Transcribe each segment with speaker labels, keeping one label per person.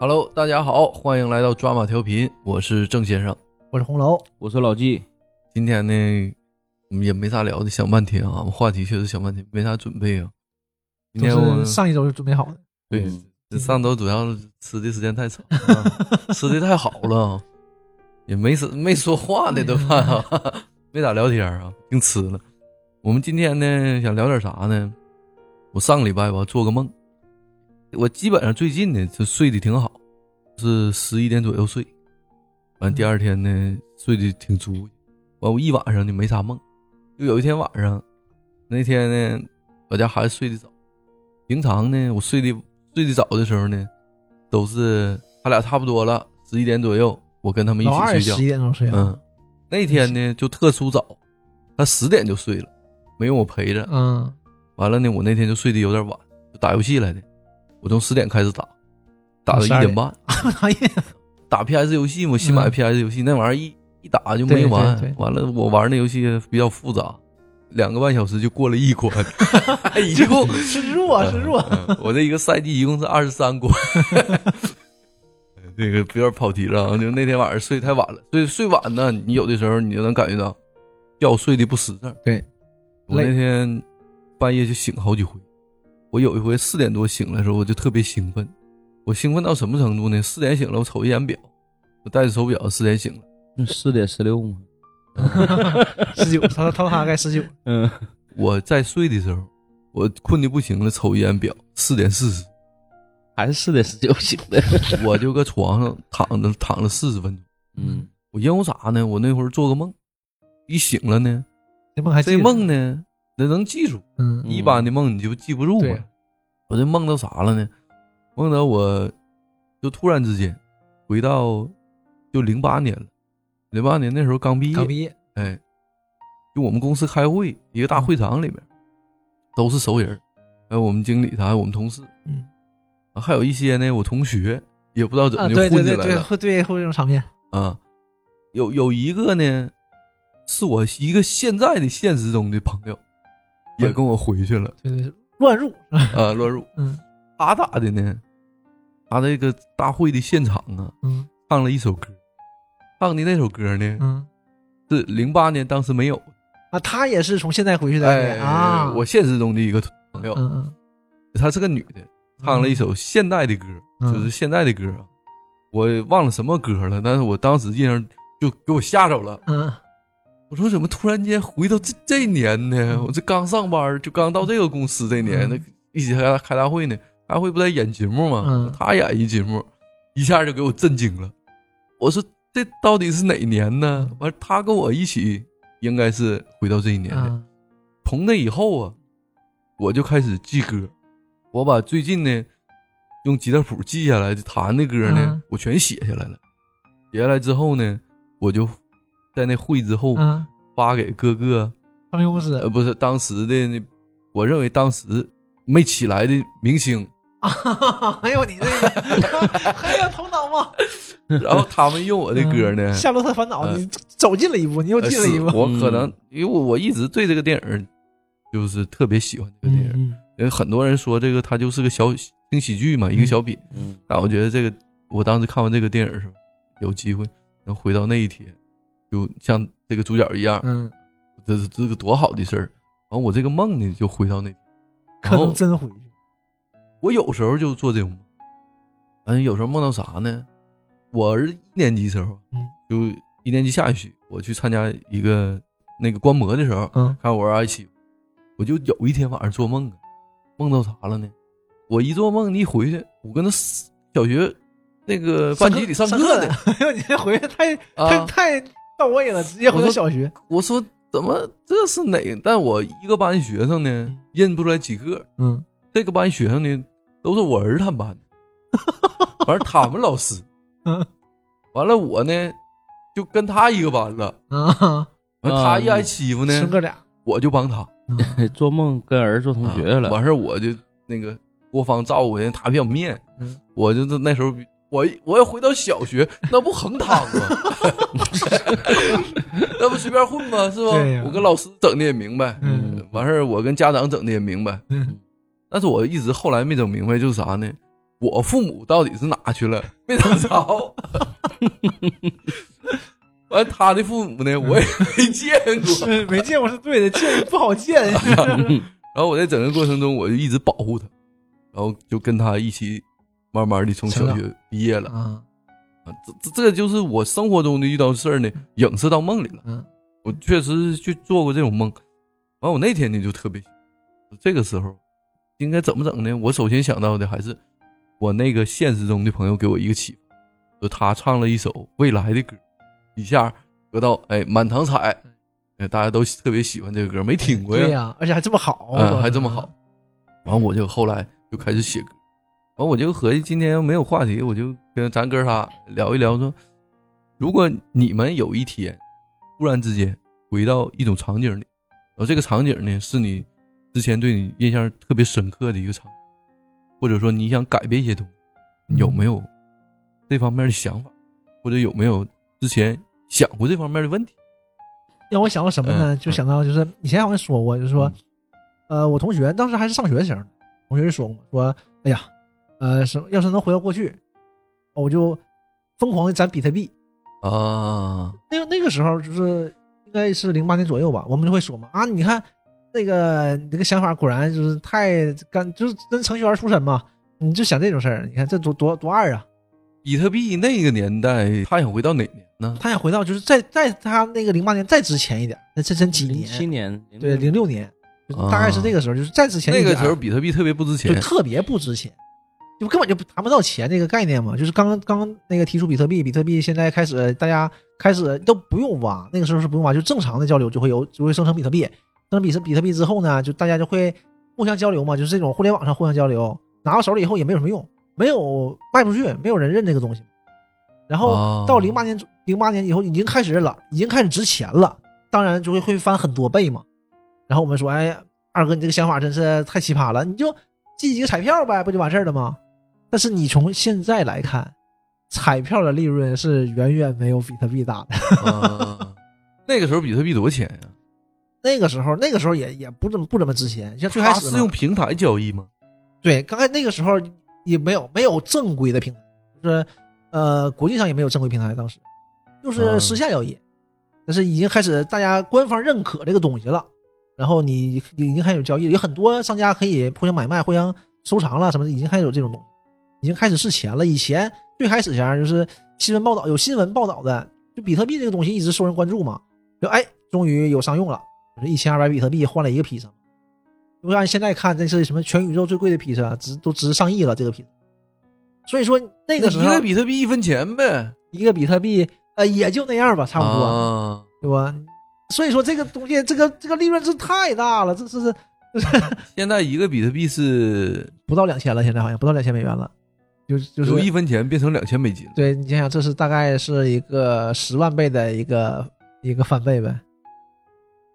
Speaker 1: Hello，大家好，欢迎来到抓马调频，我是郑先生。
Speaker 2: 我是红楼，
Speaker 3: 我是老纪，
Speaker 1: 今天呢，我们也没啥聊的，想半天啊，我们话题确实想半天，没啥准备啊。今天我
Speaker 2: 都是上一周就准备好的，
Speaker 1: 对
Speaker 3: 嗯
Speaker 1: 这上周主要是吃的时间太长了， 吃的太好了，也没说没说话呢，啊对吧？没咋聊天啊，净吃了。我们今天呢，想聊点啥呢？我上个礼拜吧，做个梦，我基本上最近呢就睡得挺好，是十一点左右睡，完第二天呢睡得挺足，完我一晚上就没啥梦，就有一天晚上，那天呢我家孩子睡得早，平常呢我睡得睡得早的时候呢，都是他俩差不多了，十一点左右，我跟他们一
Speaker 2: 老
Speaker 1: 起
Speaker 2: 二
Speaker 1: 睡觉
Speaker 2: 十一。点钟睡啊，
Speaker 1: 嗯，那天呢就特殊早，他十点就睡了，没有我陪着。
Speaker 2: 嗯，
Speaker 1: 完了呢，我那天就睡得有点晚，就打游戏来的。我从十点开始打，打到一
Speaker 2: 12
Speaker 1: 点半，
Speaker 2: 我讨厌，
Speaker 1: 打 PS 游戏嘛，我新买
Speaker 2: 嗯
Speaker 1: PS 游戏、那玩意儿一一打就没完。
Speaker 2: 对对对
Speaker 1: 完了，我玩那游戏比较复杂，两个半小时就过了一 关，一共
Speaker 2: 是弱是弱，
Speaker 1: 嗯我这一个赛季一共是二十三 关。这个有点跑题了啊，就那天晚上睡太晚了，睡睡晚呢，你有的时候你就能感觉到觉睡的不实诚。
Speaker 2: 对，
Speaker 1: 我那
Speaker 2: 累
Speaker 1: 天半夜就醒好几回，我有一回四点多醒来的时候，我就特别兴奋，我兴奋到什么程度呢？四点醒了，我瞅一眼表，我戴着手表四点醒了，
Speaker 3: 四点十六吗？
Speaker 1: 嗯
Speaker 2: 十九，他他他大概十九，
Speaker 3: 嗯，
Speaker 1: 我在睡的时候，我困的不行了，瞅一眼表四点四十，
Speaker 3: 还是四点十九醒的。
Speaker 1: 我就搁床上躺着躺了四十分钟。
Speaker 3: 嗯，
Speaker 1: 我因为啥呢？我那会儿做个梦，一醒了呢，
Speaker 2: 这梦还记
Speaker 1: 这
Speaker 2: 得
Speaker 1: 梦，呢，那能记住，
Speaker 2: 嗯，
Speaker 1: 一般的梦你就记不住
Speaker 2: 对
Speaker 1: 嘛。我这梦到啥了呢？梦到我，就突然之间回到就零八年了，零八年那时候刚毕业，
Speaker 2: 刚毕业，
Speaker 1: 哎，就我们公司开会，一个大
Speaker 2: 嗯
Speaker 1: 会场里面，都是熟人儿，还有我们经理啥，还有我们同事，
Speaker 2: 嗯
Speaker 1: 啊，还有一些呢我同学，也不知道怎
Speaker 2: 啊，
Speaker 1: 么就
Speaker 2: 对对
Speaker 1: 混进
Speaker 2: 对
Speaker 1: 来
Speaker 2: 对，
Speaker 1: 了。
Speaker 2: 会对会有这种场面，
Speaker 1: 啊，有有一个呢，是我一个现在的现实中的朋友，也
Speaker 2: 嗯
Speaker 1: 跟我回去了
Speaker 2: 对对，乱入，
Speaker 1: 啊，乱入。
Speaker 2: 嗯
Speaker 1: 他咋的呢？他这个大会的现场啊，
Speaker 2: 嗯
Speaker 1: 唱了一首歌，唱的那首歌呢
Speaker 2: 嗯，
Speaker 1: 是零八年当时没有，
Speaker 2: 啊，他也是从现在回去
Speaker 1: 哎
Speaker 2: 的啊，
Speaker 1: 我现实中的一个朋友，
Speaker 2: 嗯嗯，
Speaker 1: 她是个女的，唱了一首现代的歌，
Speaker 2: 嗯
Speaker 1: 就是现代的歌啊，我忘了什么歌了，但是我当时印象就给我吓着了。
Speaker 2: 嗯，
Speaker 1: 我说怎么突然间回到这这年呢？
Speaker 2: 嗯
Speaker 1: 我这刚上班，就刚到这个公司这年，
Speaker 2: 嗯
Speaker 1: 那一起开开大会呢，开会不在演节目吗？
Speaker 2: 嗯
Speaker 1: 他演一节目，一下就给我震惊了。我说这到底是哪年呢？完，他跟我一起应该是回到这一年的。
Speaker 2: 嗯
Speaker 1: 从那以后啊，我就开始记歌，我把最近呢用吉他谱记下来的弹的歌呢，
Speaker 2: 嗯
Speaker 1: 我全写下来了。写下来之后呢，我就在那会之后。
Speaker 2: 嗯，
Speaker 1: 发给各个
Speaker 2: 唱片公司
Speaker 1: 呃不是当时的那，我认为当时没起来的明 星，
Speaker 2: 啊， 哎呦你这个还有头脑吗？嗯
Speaker 1: 然后他们用我的歌呢，
Speaker 2: 夏洛特烦恼，
Speaker 1: 呃
Speaker 2: 你走进了一步，你又
Speaker 1: 呃
Speaker 2: 进了一
Speaker 1: 是
Speaker 2: 步，
Speaker 1: 我可能因为我我一直对这个电影就是特别喜欢这个电影，
Speaker 2: 嗯
Speaker 1: 因为很多人说这个它就是个小轻喜剧嘛，一个小品，
Speaker 3: 嗯，
Speaker 1: 但我觉得这个我当时看完这个电影的时候，有机会能回到那一天，就像这个主角一样，
Speaker 2: 嗯，
Speaker 1: 这是这个多好的事儿。完我这个梦呢就回到那天，
Speaker 2: 可
Speaker 1: 然后
Speaker 2: 能真回去。
Speaker 1: 我有时候就做这种梦，嗯，有时候梦到啥呢？我儿子一年级时候，
Speaker 2: 嗯，
Speaker 1: 就一年级下学期，我去参加一个那个观摩的时候，
Speaker 2: 嗯
Speaker 1: 看我儿子一起，我就有一天晚上做梦啊，梦到啥了呢？我一做梦，你一回去，我跟那小学那个班级里上课呢，
Speaker 2: 哎呦，你这回去太太
Speaker 1: 啊，
Speaker 2: 太到位了，直接回到小学。
Speaker 1: 我说怎么这是哪个？但我一个班学生呢，认不出来几个，
Speaker 2: 嗯
Speaker 1: 这个班学生呢，都是我儿他们班的，完了他们老 师，
Speaker 2: 嗯
Speaker 1: 完了我呢就跟他一个班了，
Speaker 2: 啊，
Speaker 1: 完了他一挨欺负呢，
Speaker 2: 生 哥俩，
Speaker 1: 我就帮他
Speaker 3: 哎做梦跟儿子做同学了。
Speaker 1: 啊完事儿我就那个郭芳照顾人，他比较面，
Speaker 2: 嗯
Speaker 1: 我就是那时候比我我要回到小学，那不横躺吗？ 那不随便混吗？是吧
Speaker 2: 对呀？
Speaker 1: 我跟老师整的也明白，
Speaker 2: 嗯
Speaker 1: 完事儿我跟家长整的也明白，
Speaker 2: 嗯
Speaker 1: 但是我一直后来没整明白就是啥呢？我父母到底是哪去了？没找着。 完，他的父母呢，我也没见过。
Speaker 2: 是没见过是对的，见不好
Speaker 1: 哎
Speaker 2: 见。
Speaker 1: 嗯然后我在整个过程中，我就一直保护他，然后就跟他一起慢慢的从小
Speaker 2: 成
Speaker 1: 学毕业了。
Speaker 2: 啊，
Speaker 1: 啊这这这就是我生活中的遇到事儿呢，影射到梦里了。
Speaker 2: 嗯
Speaker 1: 我确实去做过这种梦。完，我那天呢就特别，这个时候应该怎么整呢？我首先想到的还是我那个现实中的朋友给我一个启发，就他唱了一首《未来》的歌，一下得到哎满堂彩，哎大家都特别喜欢这个歌，没听过
Speaker 2: 对
Speaker 1: 呀，
Speaker 2: 呀，而且还这么好，啊
Speaker 1: 嗯，还这么好。完，我就后来就开始写歌，完我就合计今天没有话题，我就跟咱哥仨聊一聊说，如果你们有一天突然之间回到一种场景里，然后这个场景呢是你之前对你印象特别深刻的一个场景，或者说你想改变一些东西，你有没有这方面的想法，或者有没有之前想过这方面的问题？
Speaker 2: 让我想到什么呢？
Speaker 1: 嗯
Speaker 2: 就想到就是以前好像说过，就是说，呃，我同学当时还是上学的时候，同学就说过，说，哎呀，呃，什么要是能回到过去，我就疯狂的攒比特币。
Speaker 1: 啊，
Speaker 2: 那个那个时候就是应该是零八年左右吧，我们就会说嘛，啊，你看那个你这个想法果然就是太干，就是真程序员出身嘛，你就想这种事儿，你看这多多多二啊！
Speaker 1: 比特币那个年代，他想回到哪年呢？
Speaker 2: 他想回到就是在在他那个零八年再之前一点，那这真几
Speaker 3: 零
Speaker 2: 年？
Speaker 3: 七年，
Speaker 2: 对，零六年，就是大概是那个时候，就是再之前一
Speaker 1: 啊那
Speaker 2: 点
Speaker 1: 个时候比特币特别不值
Speaker 2: 就
Speaker 1: 钱，
Speaker 2: 特别不值钱，就根本就谈不到钱这个概念嘛。就是刚刚那个提出比特币，比特币现在开始大家开始都不用挖，那个时候是不用挖，就正常的交流就会有就会生成比特币。生成比特比特币之后呢，就大家就会互相交流嘛，就是这种互联网上互相交流，拿到手里以后也没有什么用，没有卖不出去，没有人认这个东西。然
Speaker 1: 哦
Speaker 2: 后到零八年零八年以后已经开始认了，已经开始值钱了，当然就会会翻很多倍嘛。然后我们说，哎，二哥，你这个想法真是太奇葩了，你就记几个彩票呗，不就完事儿了吗？但是你从现在来看，彩票的利润是远远没有比特币大的。
Speaker 1: 啊那个时候比特币多钱呀、
Speaker 2: 那个时候，那个时候也也不怎么不怎么值钱，像最开
Speaker 1: 他
Speaker 2: 始
Speaker 1: 是
Speaker 2: 嘛
Speaker 1: 用平台交易吗？
Speaker 2: 对，刚开那个时候也没有没有正规的平台，就是呃国际上也没有正规平台，当时就是
Speaker 1: 嗯
Speaker 2: 私下交易，但是已经开始大家官方认可这个东西了，然后你你已经开始有交易了，有很多商家可以互相买卖、互相收藏了什么的，已经开始有这种东西，已经开始是钱了。以前最开始前就是新闻报道有新闻报道的，就比特币这个东西一直受人关注嘛，就哎终于有商用了，就是一千二百比特币换了一个披萨。如果按现在看，这是什么全宇宙最贵的披萨，值都值上亿了这个披萨。所以说那
Speaker 1: 一
Speaker 2: 个时候
Speaker 1: 个比特币一分钱呗，
Speaker 2: 一个比特币呃也就那样吧，差不多，
Speaker 1: 啊、
Speaker 2: 对吧？所以说这个东西，这个这个利润是太大了，这这是
Speaker 1: 现在一个比特币是
Speaker 2: 不到两千了，现在好像不到两千美元了，就是就是
Speaker 1: 由一分钱变成两千美金了。
Speaker 2: 对你想想，这是大概是一个十万倍的一个一个翻倍呗，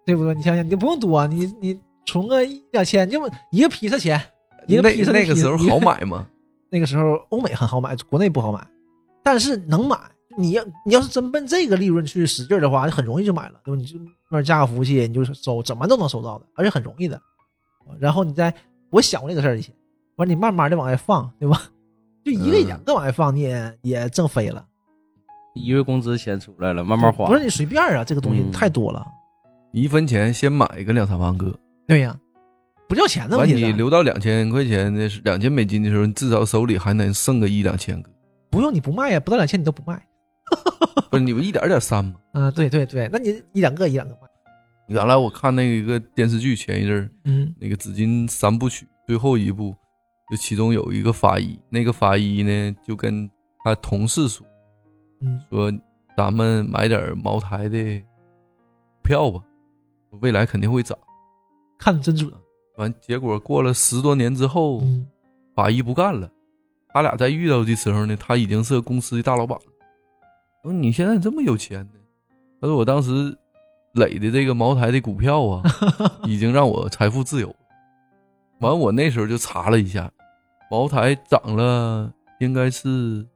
Speaker 2: 对不对？你想想，你不用多、你你存个一两千，你就一个披萨钱，一个
Speaker 1: 那
Speaker 2: 披萨
Speaker 1: 那个时候好
Speaker 2: 买。
Speaker 1: 买吗？
Speaker 2: 那个时候欧美很好买，国内不好买，但是能买。你要你要是真奔这个利润去使劲儿的话，很容易就买了，对吧？你就那儿加个服务器，你就搜，怎么都能搜到的，而且很容易的。然后你再，我想过这个事儿以前，完你慢慢的往外放，对吧？就一个
Speaker 1: 嗯
Speaker 2: 两个往外放，你也也挣飞了。
Speaker 3: 一月工资钱出来了，慢慢花。
Speaker 2: 不是你随便儿啊，这个东西
Speaker 3: 嗯
Speaker 2: 太多了。
Speaker 1: 一分钱先买个两三万个，
Speaker 2: 对呀、不叫钱的
Speaker 1: 完
Speaker 2: 问题
Speaker 1: 你
Speaker 2: 是，
Speaker 1: 留到两千块钱的时两千美金的时候，你至少手里还能剩个一两千个。
Speaker 2: 不用你不卖呀，不到两千你都不卖。
Speaker 1: 不是你们一点点删吗？
Speaker 2: 啊、对对对，那你一两个一两个卖。
Speaker 1: 原来我看那个电视剧前一阵儿
Speaker 2: 嗯
Speaker 1: 那个紫金三部曲最后一部，就其中有一个法医，那个法医呢就跟他同事说
Speaker 2: 嗯
Speaker 1: 说，咱们买点茅台的股票吧，未来肯定会涨。
Speaker 2: 看的真准。
Speaker 1: 完，结果过了十多年之后，
Speaker 2: 嗯
Speaker 1: 法医不干了，他俩在遇到的时候呢，他已经是公司的大老板了。我说你现在这么有钱呢？他说我当时垒的这个茅台的股票啊，已经让我财富自由了。完，我那时候就查了一下，茅台涨了应该是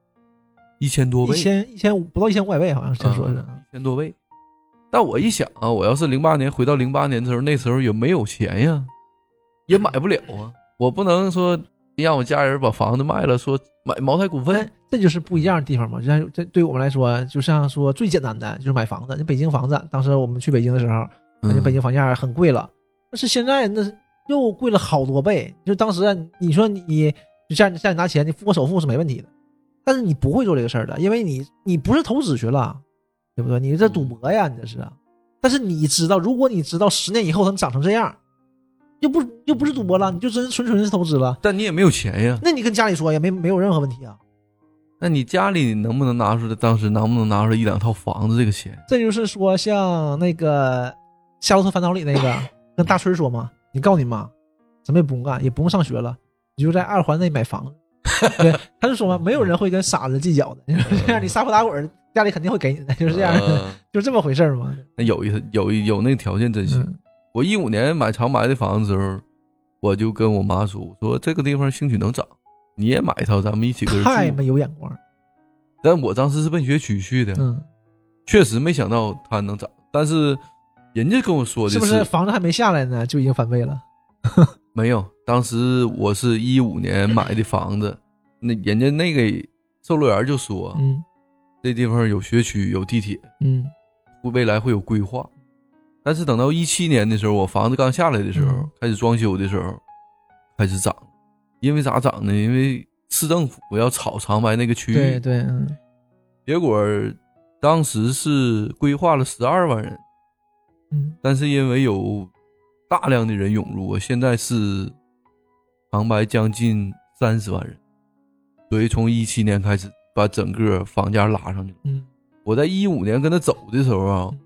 Speaker 1: 一千多倍，
Speaker 2: 一千一千五不到一千五百倍，好像是说是。
Speaker 3: 嗯
Speaker 1: 一千多倍。但我一想啊，我要是零八年回到零八年的时候，那时候也没有钱呀，也买不了啊。我不能说让我家人把房子卖了，说买茅台股份。
Speaker 2: 这就是不一样的地方嘛。就像这对于我们来说，就像说最简单的就是买房子。那北京房子，当时我们去北京的时候，
Speaker 1: 嗯
Speaker 2: 感觉北京房价很贵了，但是现在那又贵了好多倍。就当时啊你说你就家里家里拿钱，你付个首付是没问题的，但是你不会做这个事儿的，因为你你不是投资去了，对不对？你这赌博呀，你这是。啊但是你知道，如果你知道十年以后它能涨成这样，又不又不是赌博了，你就真纯纯是投资了。
Speaker 1: 但你也没有钱呀，
Speaker 2: 那你跟家里说也没没有任何问题啊。
Speaker 1: 那你家里能不能拿出来？当时能不能拿出来一两套房子这个钱？
Speaker 2: 这就是说，像那个《夏洛特烦恼》里那个 跟大春说嘛，你告诉你妈，什么也不用干，也不用上学了，你就在二环内买房子。对， 他就说嘛，没有人会跟傻子计较的， 你说这样你撒泼打滚，家里肯定会给你的，就是这样，
Speaker 1: 呃
Speaker 2: 就这么回事儿嘛。
Speaker 1: 那有一有一有那个条件真行。
Speaker 2: 嗯
Speaker 1: 我一五年买长白的房子的时候，我就跟我妈说，我说这个地方兴许能涨，你也买一套，咱们一起搁这
Speaker 2: 嗯太
Speaker 1: 儿住。
Speaker 2: 没有眼光了，
Speaker 1: 但我当时是奔学区去的，
Speaker 2: 嗯，
Speaker 1: 确实没想到它能涨。但是人家跟我说的
Speaker 2: 是不是房子还没下来呢，就已经翻倍了？
Speaker 1: 没有，当时我是一五年买的房 子，那人家那个售楼员就说、
Speaker 2: 嗯
Speaker 1: 这地方有学区，有地铁，
Speaker 2: 嗯，
Speaker 1: 会未来会有规划。但是等到一七年的时候，我房子刚下来的时候，
Speaker 2: 嗯
Speaker 1: 开始装修的时候，开始涨了。因为咋涨呢？因为市政府要炒长白那个区
Speaker 2: 对
Speaker 1: 域，
Speaker 2: 对，嗯
Speaker 1: 结果当时是规划了十二万人，
Speaker 2: 嗯，
Speaker 1: 但是因为有大量的人涌入，现在是长白将近三十万人，所以从一七年开始把整个房价拉上去了。
Speaker 2: 嗯，
Speaker 1: 我在一五年跟他走的时候啊
Speaker 2: 嗯，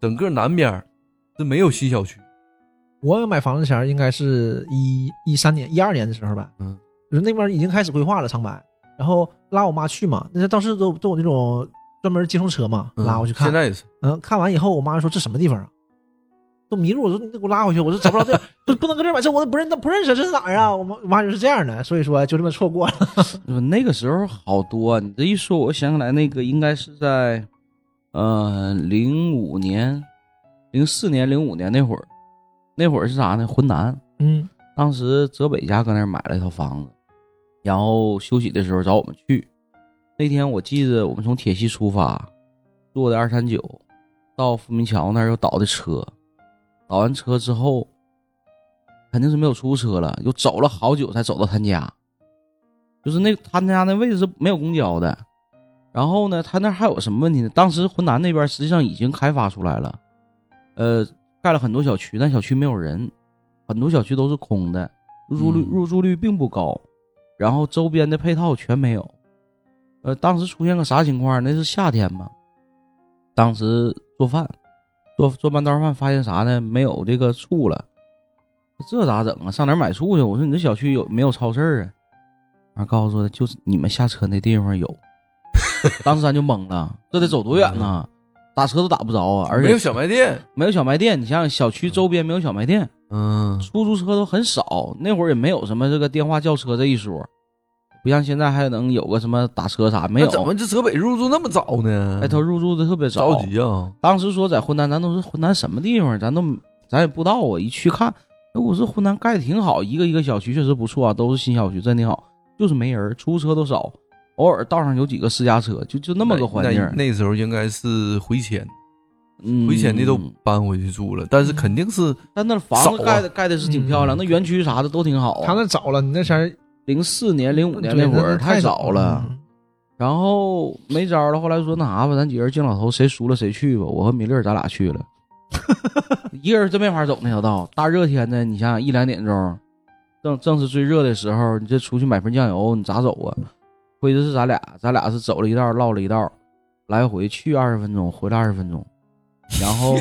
Speaker 1: 整个南边儿是没有新小区，
Speaker 2: 我买房子前儿应该是一一三年、一二年的时候吧，
Speaker 1: 嗯，
Speaker 2: 就是那边已经开始规划了长白，然后拉我妈去嘛，那当时都都有那种专门接送车嘛，
Speaker 1: 嗯
Speaker 2: 拉我去看
Speaker 1: 现，在也是，
Speaker 2: 嗯，看完以后我妈说这什么地方啊，都迷路，我说你给我拉回去，我说找不着地儿， 不不能搁这儿买，这我都不认不认识，这是哪儿啊？我妈我妈就是这样的，所以说就这么错过了，
Speaker 3: 不那个时候好多、啊，你这一说，我想起来那个应该是在，呃，零五年、零四年、零五年那会儿，那会儿是啥呢？浑南，
Speaker 2: 嗯
Speaker 3: 当时泽北家搁那儿买了一套房子，然后休息的时候找我们去。那天我记得我们从铁西出发，坐的二三九，到富民桥那儿又倒的车，倒完车之后，肯定是没有出租车了，又走了好久才走到他家。就是那他家那位置是没有公交的，然后呢，他那儿还有什么问题呢？当时浑南那边实际上已经开发出来了，呃，盖了很多小区，但小区没有人，很多小区都是空的，入住率、
Speaker 1: 嗯
Speaker 3: 入住率并不高，然后周边的配套全没有。呃，当时出现个啥情况？那是夏天嘛，当时做饭，做做半道饭，发现啥呢？没有这个醋了，这咋整啊？上哪儿买醋去？我说你这小区有没有超市啊？完告诉我，就是你们下车那地方有。当时咱就懵了，这得走多远呢？打车都打不着啊！而且
Speaker 1: 没有小卖店，
Speaker 3: 没有小卖店，你想想小区周边没有小卖店，
Speaker 1: 嗯，
Speaker 3: 出租车都很少，那会儿也没有什么这个电话叫车这一说，不像现在还能有个什么打车啥，没
Speaker 1: 那怎么
Speaker 3: 有。
Speaker 1: 这泽北入住那么早呢？
Speaker 3: 哎，他入住的特别早，
Speaker 1: 着急啊，
Speaker 3: 当时说在浑南，咱都是浑南什么地方，咱都咱也不知道啊。一去看，哎，我说浑南盖的挺好，一个一个小区确实不错啊，都是新小区，真挺好，就是没人，出租车都少，偶尔道上有几个私家车，就就那么个环境。
Speaker 1: 那那时候应该是回迁，
Speaker 3: 嗯，
Speaker 1: 回迁的都搬回去住了，但是肯定是
Speaker 3: 但那房子
Speaker 1: 少啊
Speaker 3: 盖的、盖的是挺漂亮，
Speaker 1: 嗯
Speaker 3: 那园区啥的都挺好
Speaker 2: 他
Speaker 3: 啊。
Speaker 2: 那早了，你那前儿
Speaker 3: 零四年、零五年那会儿太早了，，
Speaker 2: 嗯
Speaker 3: 然后没招了。后来说那啥吧，咱几个人敬老头，谁输了谁去吧。我和米粒儿咱俩 去了，一个人真没法走那条道。大热天的，你想想一两点钟，正正是最热的时候，你这出去买瓶酱油，你咋走啊？亏的是咱俩，咱俩是走了一道，唠了一道，来回去二十分钟，回来二十分钟。然 后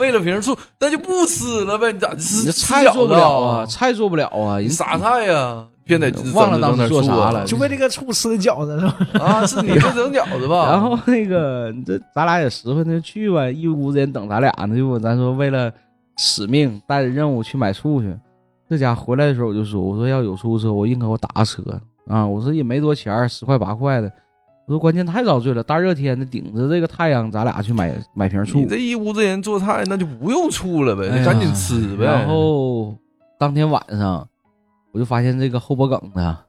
Speaker 1: 为了瓶醋，那就不吃了呗，你咋吃？
Speaker 3: 你这
Speaker 1: 吃
Speaker 3: 菜
Speaker 1: 饺
Speaker 3: 做不
Speaker 1: 子
Speaker 3: 了啊，菜做不了啊，
Speaker 1: 你
Speaker 3: 人
Speaker 1: 啥菜呀？偏得
Speaker 3: 忘了
Speaker 1: 整
Speaker 3: 当
Speaker 1: 整
Speaker 3: 时
Speaker 1: 点
Speaker 3: 做
Speaker 1: 醋
Speaker 3: 啥
Speaker 1: 啊
Speaker 3: 了
Speaker 2: 就为这个醋吃的饺子是吧？
Speaker 1: 啊？是你这整饺子吧？
Speaker 3: 然后那个这咱俩也实惠，那就去吧，一屋子人等咱俩呢，就咱说为了使命带着任务去买醋去。这家回来的时候我就说，我说要有出租车，我宁可我打车啊，我说也没多钱儿，十块八块的。我说关键太遭罪了，大热天的顶着这个太阳，咱俩去买买瓶醋
Speaker 1: 你。这一屋子人做菜，那就不用醋了呗，
Speaker 3: 哎呀
Speaker 1: 那赶紧吃呗。
Speaker 3: 然后当天晚上，我就发现这个后脖梗子啊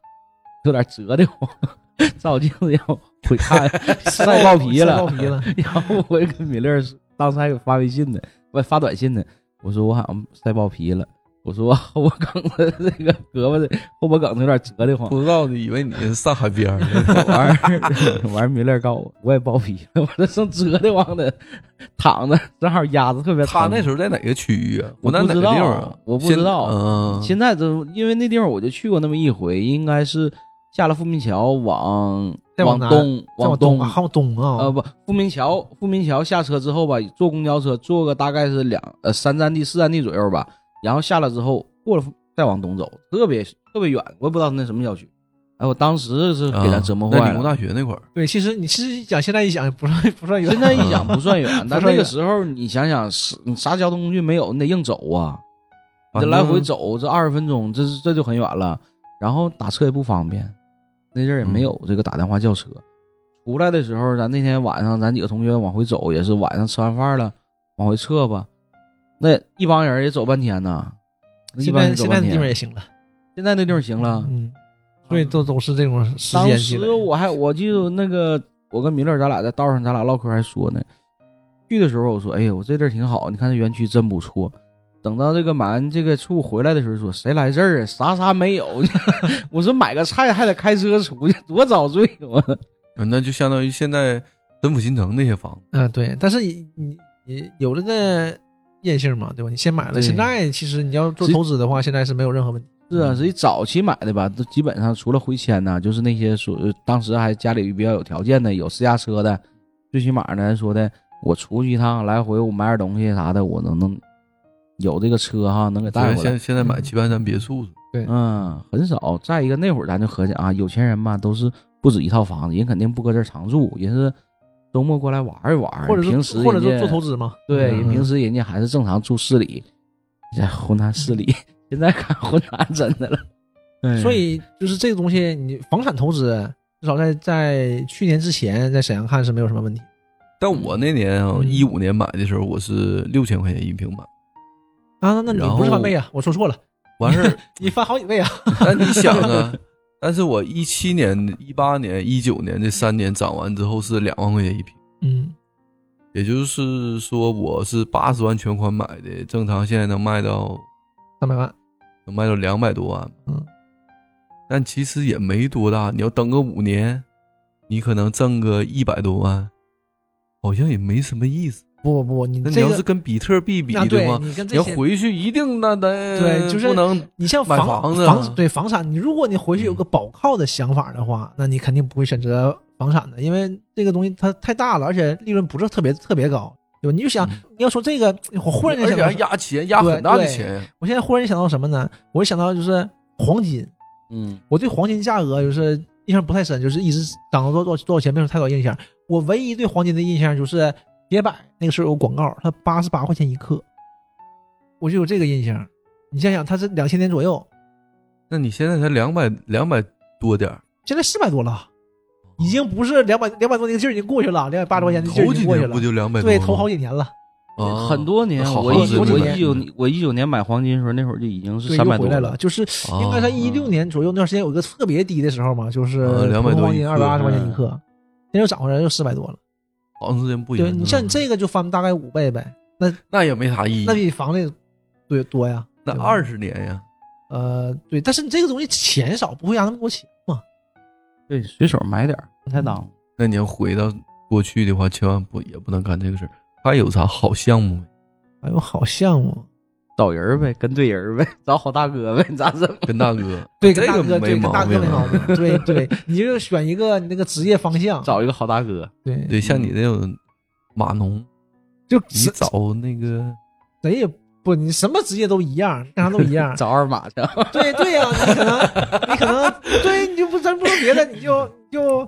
Speaker 3: 有点折的慌， 照镜子要回看晒爆皮
Speaker 2: 晒爆
Speaker 3: 了，
Speaker 2: 皮了，
Speaker 3: 然后我也跟米粒儿当时还给发微信呢，不发短信呢，我说我好像晒爆皮了，我说我后脖梗子这个胳膊的后脖梗子有点折的 慌，
Speaker 1: 不知道的以为你上海边儿 呢，
Speaker 3: 完儿完儿，米勒告我，我也包皮了，我这正折的往的躺着，正好压着特别
Speaker 1: 他
Speaker 3: 疼。
Speaker 1: 那时候在哪个区域啊？
Speaker 3: 我
Speaker 1: 湖南
Speaker 3: 不
Speaker 1: 哪个
Speaker 3: 知
Speaker 1: 地
Speaker 3: 道
Speaker 1: 方啊？
Speaker 3: 我不
Speaker 1: 先
Speaker 3: 知道
Speaker 1: 嗯，
Speaker 3: 现在都因为那地方我就去过那么一回，应该是下了富民桥往
Speaker 2: 再往
Speaker 3: 往
Speaker 2: 南
Speaker 3: 东
Speaker 2: 再往
Speaker 3: 东
Speaker 2: 啊，还往东
Speaker 3: 呃
Speaker 1: 哦
Speaker 2: 啊，
Speaker 3: 不富民桥富民桥下车之后吧，坐公交车坐个大概是两呃三站地四站地左右吧，然后下来之后过了富再往东走，特别特别远，我也不知道那什么小区。哎，我当时是给咱折磨
Speaker 1: 啊那
Speaker 3: 坏
Speaker 1: 理工
Speaker 3: 了。
Speaker 1: 大学那块儿，
Speaker 2: 对，其实你其实讲现在一想，不算不算远，
Speaker 3: 现在一想不算远，但
Speaker 2: 嗯不算
Speaker 3: 那
Speaker 2: 远
Speaker 3: 个时候你想想，是你啥交通工具没有，你得硬走啊，
Speaker 1: 反
Speaker 3: 你这
Speaker 1: 正
Speaker 3: 来回走这二十分钟，这是这就很远了。然后打车也不方便，那阵儿也
Speaker 2: 嗯
Speaker 3: 没有这个打电话叫车。出来的时候，咱那天晚上，咱几个同学往回走，也是晚上吃完饭了，往回撤吧。那一帮人也走半天呢，那一
Speaker 2: 现
Speaker 3: 帮人
Speaker 2: 在
Speaker 3: 走
Speaker 2: 现
Speaker 3: 半
Speaker 2: 在的地
Speaker 3: 天
Speaker 2: 方。也行了，
Speaker 3: 现在那地方行了，
Speaker 2: 嗯，所以都总是这种时
Speaker 3: 当
Speaker 2: 间积累
Speaker 3: 时我还我记得那个，我跟米勒，咱俩在道上，咱俩唠嗑还说呢。去的时候我说：“哎呦，我这地儿挺好，你看这园区真不错。”等到这个买完这个醋回来的时候，说：“谁来这儿啊？啥啥没有。” 我说：“买个菜还得开车出去，多遭罪！”啊我
Speaker 1: 嗯那就相当于现在真府新城那些房子，
Speaker 2: 嗯，对，但是你你你有这个韧性嘛，对吧？你先买了，
Speaker 3: 对
Speaker 2: 现在其实你要做投资的话，现在是没有任何问题。
Speaker 3: 是啊，所以早期买的吧，都基本上除了回迁呐，就是那些说当时还家里比较有条件的，有私家车的，最起码呢说的，我出去一趟来回，我买点东西啥的，我能能有这个车哈，能给带
Speaker 1: 咱
Speaker 3: 回来
Speaker 1: 现。现在买棋盘山别墅，
Speaker 3: 嗯，很少。再一个那会儿咱就合计啊，有钱人嘛都是不止一套房子，人肯定不搁这儿常住，人是周末过来玩一玩，
Speaker 2: 或者
Speaker 3: 平
Speaker 2: 是
Speaker 3: 时
Speaker 2: 或者
Speaker 3: 人
Speaker 2: 是
Speaker 3: 家
Speaker 2: 做投资嘛，
Speaker 3: 对，
Speaker 1: 嗯
Speaker 3: 人平时人家还是正常住市里，在湖南 市里，现在看湖南真的了。哎
Speaker 2: 嗯所以就是这个东西，你房产投资至少在在去年之前，在沈阳看是没有什么问题。
Speaker 1: 但我那年啊，
Speaker 2: 嗯
Speaker 1: 一五年买的时候，我是六千块钱一平买，
Speaker 2: 啊，那那你
Speaker 1: 然后
Speaker 2: 不是翻倍啊？我说错了，
Speaker 1: 完事 儿，
Speaker 2: 你翻好几倍啊！
Speaker 1: 但你想啊，但是我一七年、一八年、一九年这三年涨完之后是两万块钱一平，
Speaker 2: 嗯，
Speaker 1: 也就是说我是八十万全款买的，正常现在能卖到
Speaker 2: 三百万，
Speaker 1: 能卖到两百多万，
Speaker 2: 嗯，
Speaker 1: 但其实也没多大，你要等个五年，你可能挣个一百多万，好像也没什么意思。
Speaker 2: 不不，你
Speaker 1: 那你
Speaker 2: 这
Speaker 1: 要是
Speaker 2: 个
Speaker 1: 跟比特币比
Speaker 2: 啊，
Speaker 1: 的
Speaker 2: 对
Speaker 1: 话，
Speaker 2: 你跟
Speaker 1: 你
Speaker 2: 这
Speaker 1: 要
Speaker 2: 些，
Speaker 1: 回去一定那得
Speaker 2: 对就是
Speaker 1: 不能
Speaker 2: 你像
Speaker 1: 买
Speaker 2: 房
Speaker 1: 房子啊
Speaker 2: 对房产，你如果你回去有个保靠的想法的话，那你肯定不会选择房产的，因为这个东西它太大了，而且利润不是特别特别高，对吧？你就想
Speaker 1: 嗯
Speaker 2: 你要说这个，我忽然间
Speaker 1: 而
Speaker 2: 想
Speaker 1: 且
Speaker 2: 到
Speaker 1: 还，压钱，压很大的
Speaker 2: 对
Speaker 1: 钱。
Speaker 2: 我现在忽然间想到什么呢？我想到就是黄金，
Speaker 3: 嗯，
Speaker 2: 我对黄金价格就是印象不太深，就是一直涨到多多少多少钱没有太多印象。我唯一对黄金的印象就是别百那个时候有广告，它八十八块钱一克，我就有这个印象。你想想，它是两千年左右，
Speaker 1: 那你现在才两百两百多点儿，
Speaker 2: 现在四百多了，已经不是两百两百多那个劲儿已经过去了，两百八十块钱的劲
Speaker 1: 嗯
Speaker 2: 儿
Speaker 1: 头
Speaker 2: 已
Speaker 1: 几
Speaker 2: 经过去
Speaker 1: 年
Speaker 2: 了
Speaker 1: 不，就两百多
Speaker 2: 对，
Speaker 1: 吗
Speaker 2: 投好几年了，
Speaker 1: 啊
Speaker 3: 很多年，
Speaker 2: 哦
Speaker 1: 好
Speaker 3: 我
Speaker 1: 好
Speaker 3: 一
Speaker 1: 几
Speaker 3: 九
Speaker 2: 年
Speaker 3: 我
Speaker 2: 了嗯
Speaker 3: 一九我一九年买黄金的时候，那会儿就已经是
Speaker 2: 对，
Speaker 3: 三百
Speaker 2: 又
Speaker 3: 多
Speaker 2: 回来了，就是应该在
Speaker 1: 啊
Speaker 2: 一六年左右那段时间有一个特别低的时候嘛，就是
Speaker 1: 啊200
Speaker 2: 普通黄金
Speaker 1: 多一克嗯
Speaker 2: 二百八十块钱一克，现在又涨回来又四百多了。
Speaker 1: 好长时间不一样。
Speaker 2: 对你像你这个就翻大概五倍呗，
Speaker 1: 那也没啥意义
Speaker 2: 那。比房子对多呀。
Speaker 1: 那
Speaker 2: 对吧
Speaker 1: 二十年呀，
Speaker 2: 呃对，但是你这个东西钱少，不会压那么多钱嘛。
Speaker 3: 对，随手买点儿嗯不太当。
Speaker 1: 那你要回到过去的话，千万不也不能干这个事儿。还有啥好项目没？
Speaker 2: 还有哎好啊项目，，
Speaker 3: 找人儿呗，跟对人儿呗，找好大哥呗，咋整？
Speaker 1: 跟大哥
Speaker 2: 对，跟
Speaker 1: 这
Speaker 2: 大
Speaker 1: 个
Speaker 2: 哥对，
Speaker 1: 没
Speaker 2: 跟大
Speaker 1: 毛
Speaker 2: 哥
Speaker 1: 病
Speaker 2: 没毛
Speaker 1: 啊。
Speaker 2: 病，对对，你就选一个你那个职业方向，
Speaker 3: 找一个好大哥，
Speaker 2: 对
Speaker 1: 对，像你这种码农，
Speaker 2: 就
Speaker 1: 你
Speaker 2: 谁
Speaker 1: 找那个
Speaker 2: 谁也不，你什么职业都一样，干啥都一
Speaker 3: ，
Speaker 2: 样
Speaker 3: 找二马去。
Speaker 2: 对对呀、你可能你可能对你就不咱不说别的，你就就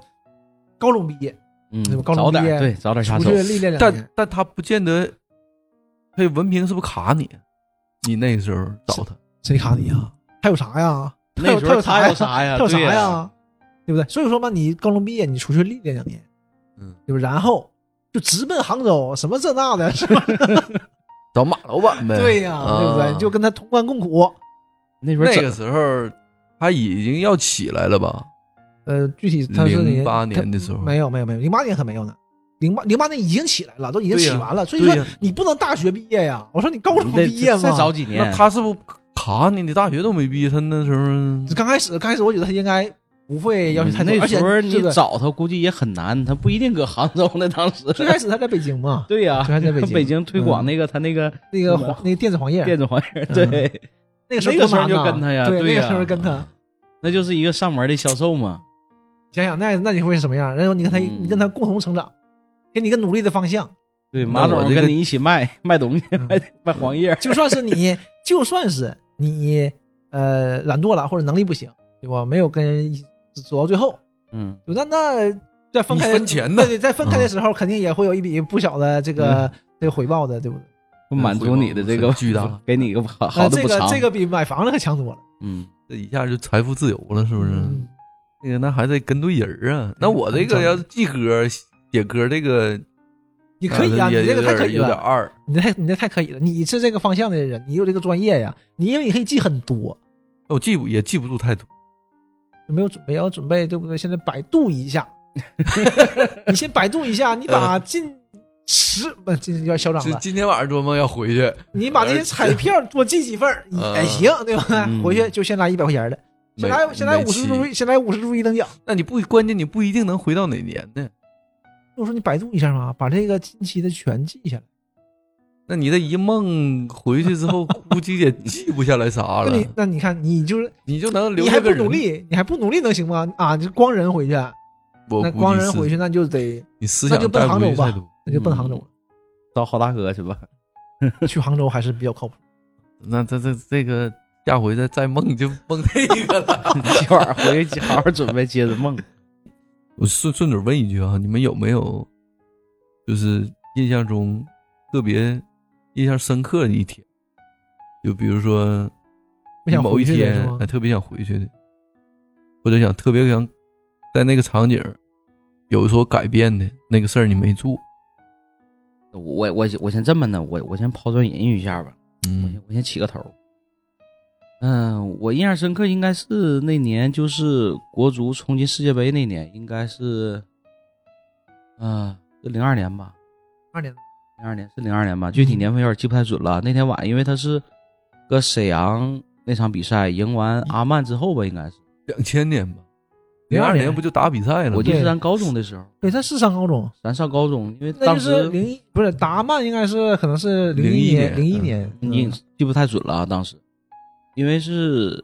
Speaker 2: 高中毕业
Speaker 3: 嗯
Speaker 2: 对吧高中
Speaker 3: 找点
Speaker 2: 毕业
Speaker 3: 儿对，找点儿下
Speaker 2: 出
Speaker 3: 手
Speaker 2: 去。历练两
Speaker 1: 但
Speaker 2: 年，
Speaker 1: 但他不见得，他文凭是不是卡你？你那时候找他，
Speaker 2: 谁卡你啊？还有啥呀？他有
Speaker 3: 那时候
Speaker 2: 他
Speaker 3: 有
Speaker 2: 有
Speaker 3: 啥呀？
Speaker 2: 他有啥
Speaker 3: 对呀？
Speaker 2: 呀？对不对？所以说嘛，你高中毕业，你出去历练两年，
Speaker 1: 嗯，
Speaker 2: 对吧？然后就直奔杭州，什么这那的，是吧？
Speaker 1: 找马老板呗。
Speaker 2: 对呀、
Speaker 1: 啊
Speaker 2: 对不对？就跟他同甘共苦，
Speaker 3: 那时候
Speaker 1: 那
Speaker 3: 整
Speaker 1: 个时候他已经要起来了吧？
Speaker 2: 呃，具体他是
Speaker 1: 零八年的时候
Speaker 2: 没有没有没有，零八年可没有呢。零八零八年已经起来了，都已经
Speaker 1: 对
Speaker 2: 起
Speaker 1: 呀
Speaker 2: 完了，所以
Speaker 1: 对
Speaker 2: 说
Speaker 1: 呀
Speaker 2: 你不能大学毕业呀。我说你高中
Speaker 3: 你得
Speaker 2: 毕业
Speaker 3: 再
Speaker 2: 吗？
Speaker 3: 早几
Speaker 1: 那
Speaker 3: 年，
Speaker 1: 他是不卡你？你大学都没毕业，他那时候
Speaker 2: 刚开始刚开始我觉得他应该不会要求太多，
Speaker 3: 嗯那
Speaker 2: 而且
Speaker 3: 时候
Speaker 2: 这
Speaker 3: 你
Speaker 2: 个
Speaker 3: 找他估计也很难，他不一定搁杭州呢。当时
Speaker 2: 最开始他在北京 嘛，
Speaker 3: 对呀，
Speaker 2: 最开始在北京嗯
Speaker 3: 北京推广那个他那个
Speaker 2: 那个黄那个电子黄页，
Speaker 3: 电子黄页，
Speaker 2: 嗯
Speaker 3: 对，
Speaker 2: 那个时候
Speaker 3: 那个
Speaker 2: 多难
Speaker 3: 时候就
Speaker 2: 呐
Speaker 3: 跟他呀
Speaker 2: 对，
Speaker 3: 对
Speaker 2: 那个
Speaker 3: 呀
Speaker 2: 时候跟他。
Speaker 3: 那就是一个上门的销售嘛。
Speaker 2: 想想那那你会是什么样？然后你跟他、
Speaker 3: 嗯
Speaker 2: 你跟他共同成长，给你一个努力的方向。
Speaker 3: 对，
Speaker 1: 那
Speaker 3: 马
Speaker 1: 我
Speaker 3: 总
Speaker 1: 这个
Speaker 3: 跟你一起卖卖东西，
Speaker 2: 嗯
Speaker 3: 卖卖黄页，
Speaker 2: 就算是你，就算是你呃懒惰了或者能力不行，对吧？没有跟人一走到最后，
Speaker 3: 嗯，
Speaker 2: 就那那在分开
Speaker 1: 你
Speaker 2: 的
Speaker 1: 分钱呢嗯
Speaker 2: 对对，在分开的时候肯定也会有一笔不小的这个、这个回报的，对不对？
Speaker 3: 不满足你的这个
Speaker 1: 很巨大，
Speaker 3: 给你一个好
Speaker 2: 那
Speaker 3: 好的
Speaker 2: 呃这
Speaker 3: 补
Speaker 2: 个
Speaker 3: 偿。
Speaker 2: 这个比买房子可强多了，
Speaker 3: 嗯，
Speaker 1: 这一下就财富自由了，是不是？
Speaker 2: 嗯
Speaker 1: 那个那还得跟对人儿啊。那我这个要是记歌写歌，这个呃
Speaker 2: 你可以啊，
Speaker 1: 也
Speaker 2: 你这个
Speaker 1: 有
Speaker 2: 太
Speaker 1: 点
Speaker 2: 可以
Speaker 1: 有点
Speaker 2: 了，
Speaker 1: 二。
Speaker 2: 你这太你这太可以了，你是这个方向的人，你有这个专业呀，你因为你可以记很多，
Speaker 1: 我记不也记不住太多，
Speaker 2: 没有准备要准备，对不对？现在百度 一下，你先百度一下，你把
Speaker 1: 嗯
Speaker 2: 近十不这有点嚣张
Speaker 1: 今
Speaker 2: 了，
Speaker 1: 今天晚上琢磨要回去，
Speaker 2: 你把这些彩票多记几份儿
Speaker 1: 嗯
Speaker 2: 也行，对吧？
Speaker 3: 嗯
Speaker 2: 回去就先来一百块钱的，先
Speaker 1: 没
Speaker 2: 来先来
Speaker 1: 没
Speaker 2: 五十
Speaker 1: 记
Speaker 2: 注意，先来五十注意等奖。
Speaker 1: 那你不关键你不一定能回到哪年呢？
Speaker 2: 我说你百度一下嘛，把这个近期的全记下来。
Speaker 1: 那你这一梦回去之 后，估计也记不下来啥
Speaker 2: 那
Speaker 1: 了
Speaker 2: 你，那你看，你就是
Speaker 1: 你就能留
Speaker 2: 你
Speaker 1: 下
Speaker 2: 还
Speaker 1: 个
Speaker 2: 不
Speaker 1: 人
Speaker 2: 努。力，你还不努力能行吗？啊，你光人回去，
Speaker 1: 我估
Speaker 2: 那
Speaker 1: 计
Speaker 2: 光人
Speaker 1: 是
Speaker 2: 回去，那就得
Speaker 1: 你思
Speaker 2: 那
Speaker 1: 想
Speaker 2: 就奔
Speaker 1: 带不
Speaker 2: 杭州
Speaker 1: 回去
Speaker 2: 吧
Speaker 1: 太多，
Speaker 2: 那就奔杭州了。
Speaker 3: 找好大哥去吧。
Speaker 1: 嗯
Speaker 2: 去杭州还是比较靠谱。
Speaker 1: 那这这这个下回再再梦就梦这个了。
Speaker 3: 今晚上回去好好准备，接着梦。
Speaker 1: 我顺顺嘴问一句啊，你们有没有就是印象中特别印象深刻的一天？就比如说
Speaker 2: 不想
Speaker 1: 某
Speaker 2: 回
Speaker 1: 一
Speaker 2: 去的是
Speaker 1: 天呃
Speaker 2: 吗
Speaker 1: 还？特别想回去的，或者想特别想在那个场景有所改变的那个事儿，你没做。
Speaker 3: 我我我先这么的，我我先抛砖引玉一下吧。我
Speaker 1: 嗯
Speaker 3: 先，我先起个头。嗯、我印象深刻应该是那年就是国足冲进世界杯那年，应该是，嗯、是零二年吧，
Speaker 2: 二年
Speaker 3: 零二年是零二年吧，具
Speaker 2: 嗯
Speaker 3: 体年份有点记不太准了。那天晚上，因为他是搁沈阳那场比赛赢完
Speaker 2: 嗯
Speaker 3: 阿曼之后吧，应该是，
Speaker 1: 两千年吧，零
Speaker 2: 02
Speaker 1: 二
Speaker 2: 年
Speaker 1: 年不就打比赛了吗？
Speaker 3: 我记得是
Speaker 2: 对
Speaker 3: 咱高中的时候，
Speaker 2: 对，他是上高中，
Speaker 3: 咱上高中，因为
Speaker 2: 那
Speaker 3: 当
Speaker 2: 就
Speaker 3: 时
Speaker 2: 是零一，不是达曼应该是可能是一年，零
Speaker 1: 01
Speaker 2: 一年，
Speaker 3: 你
Speaker 2: 嗯
Speaker 3: 记不太准了啊，当时，因为是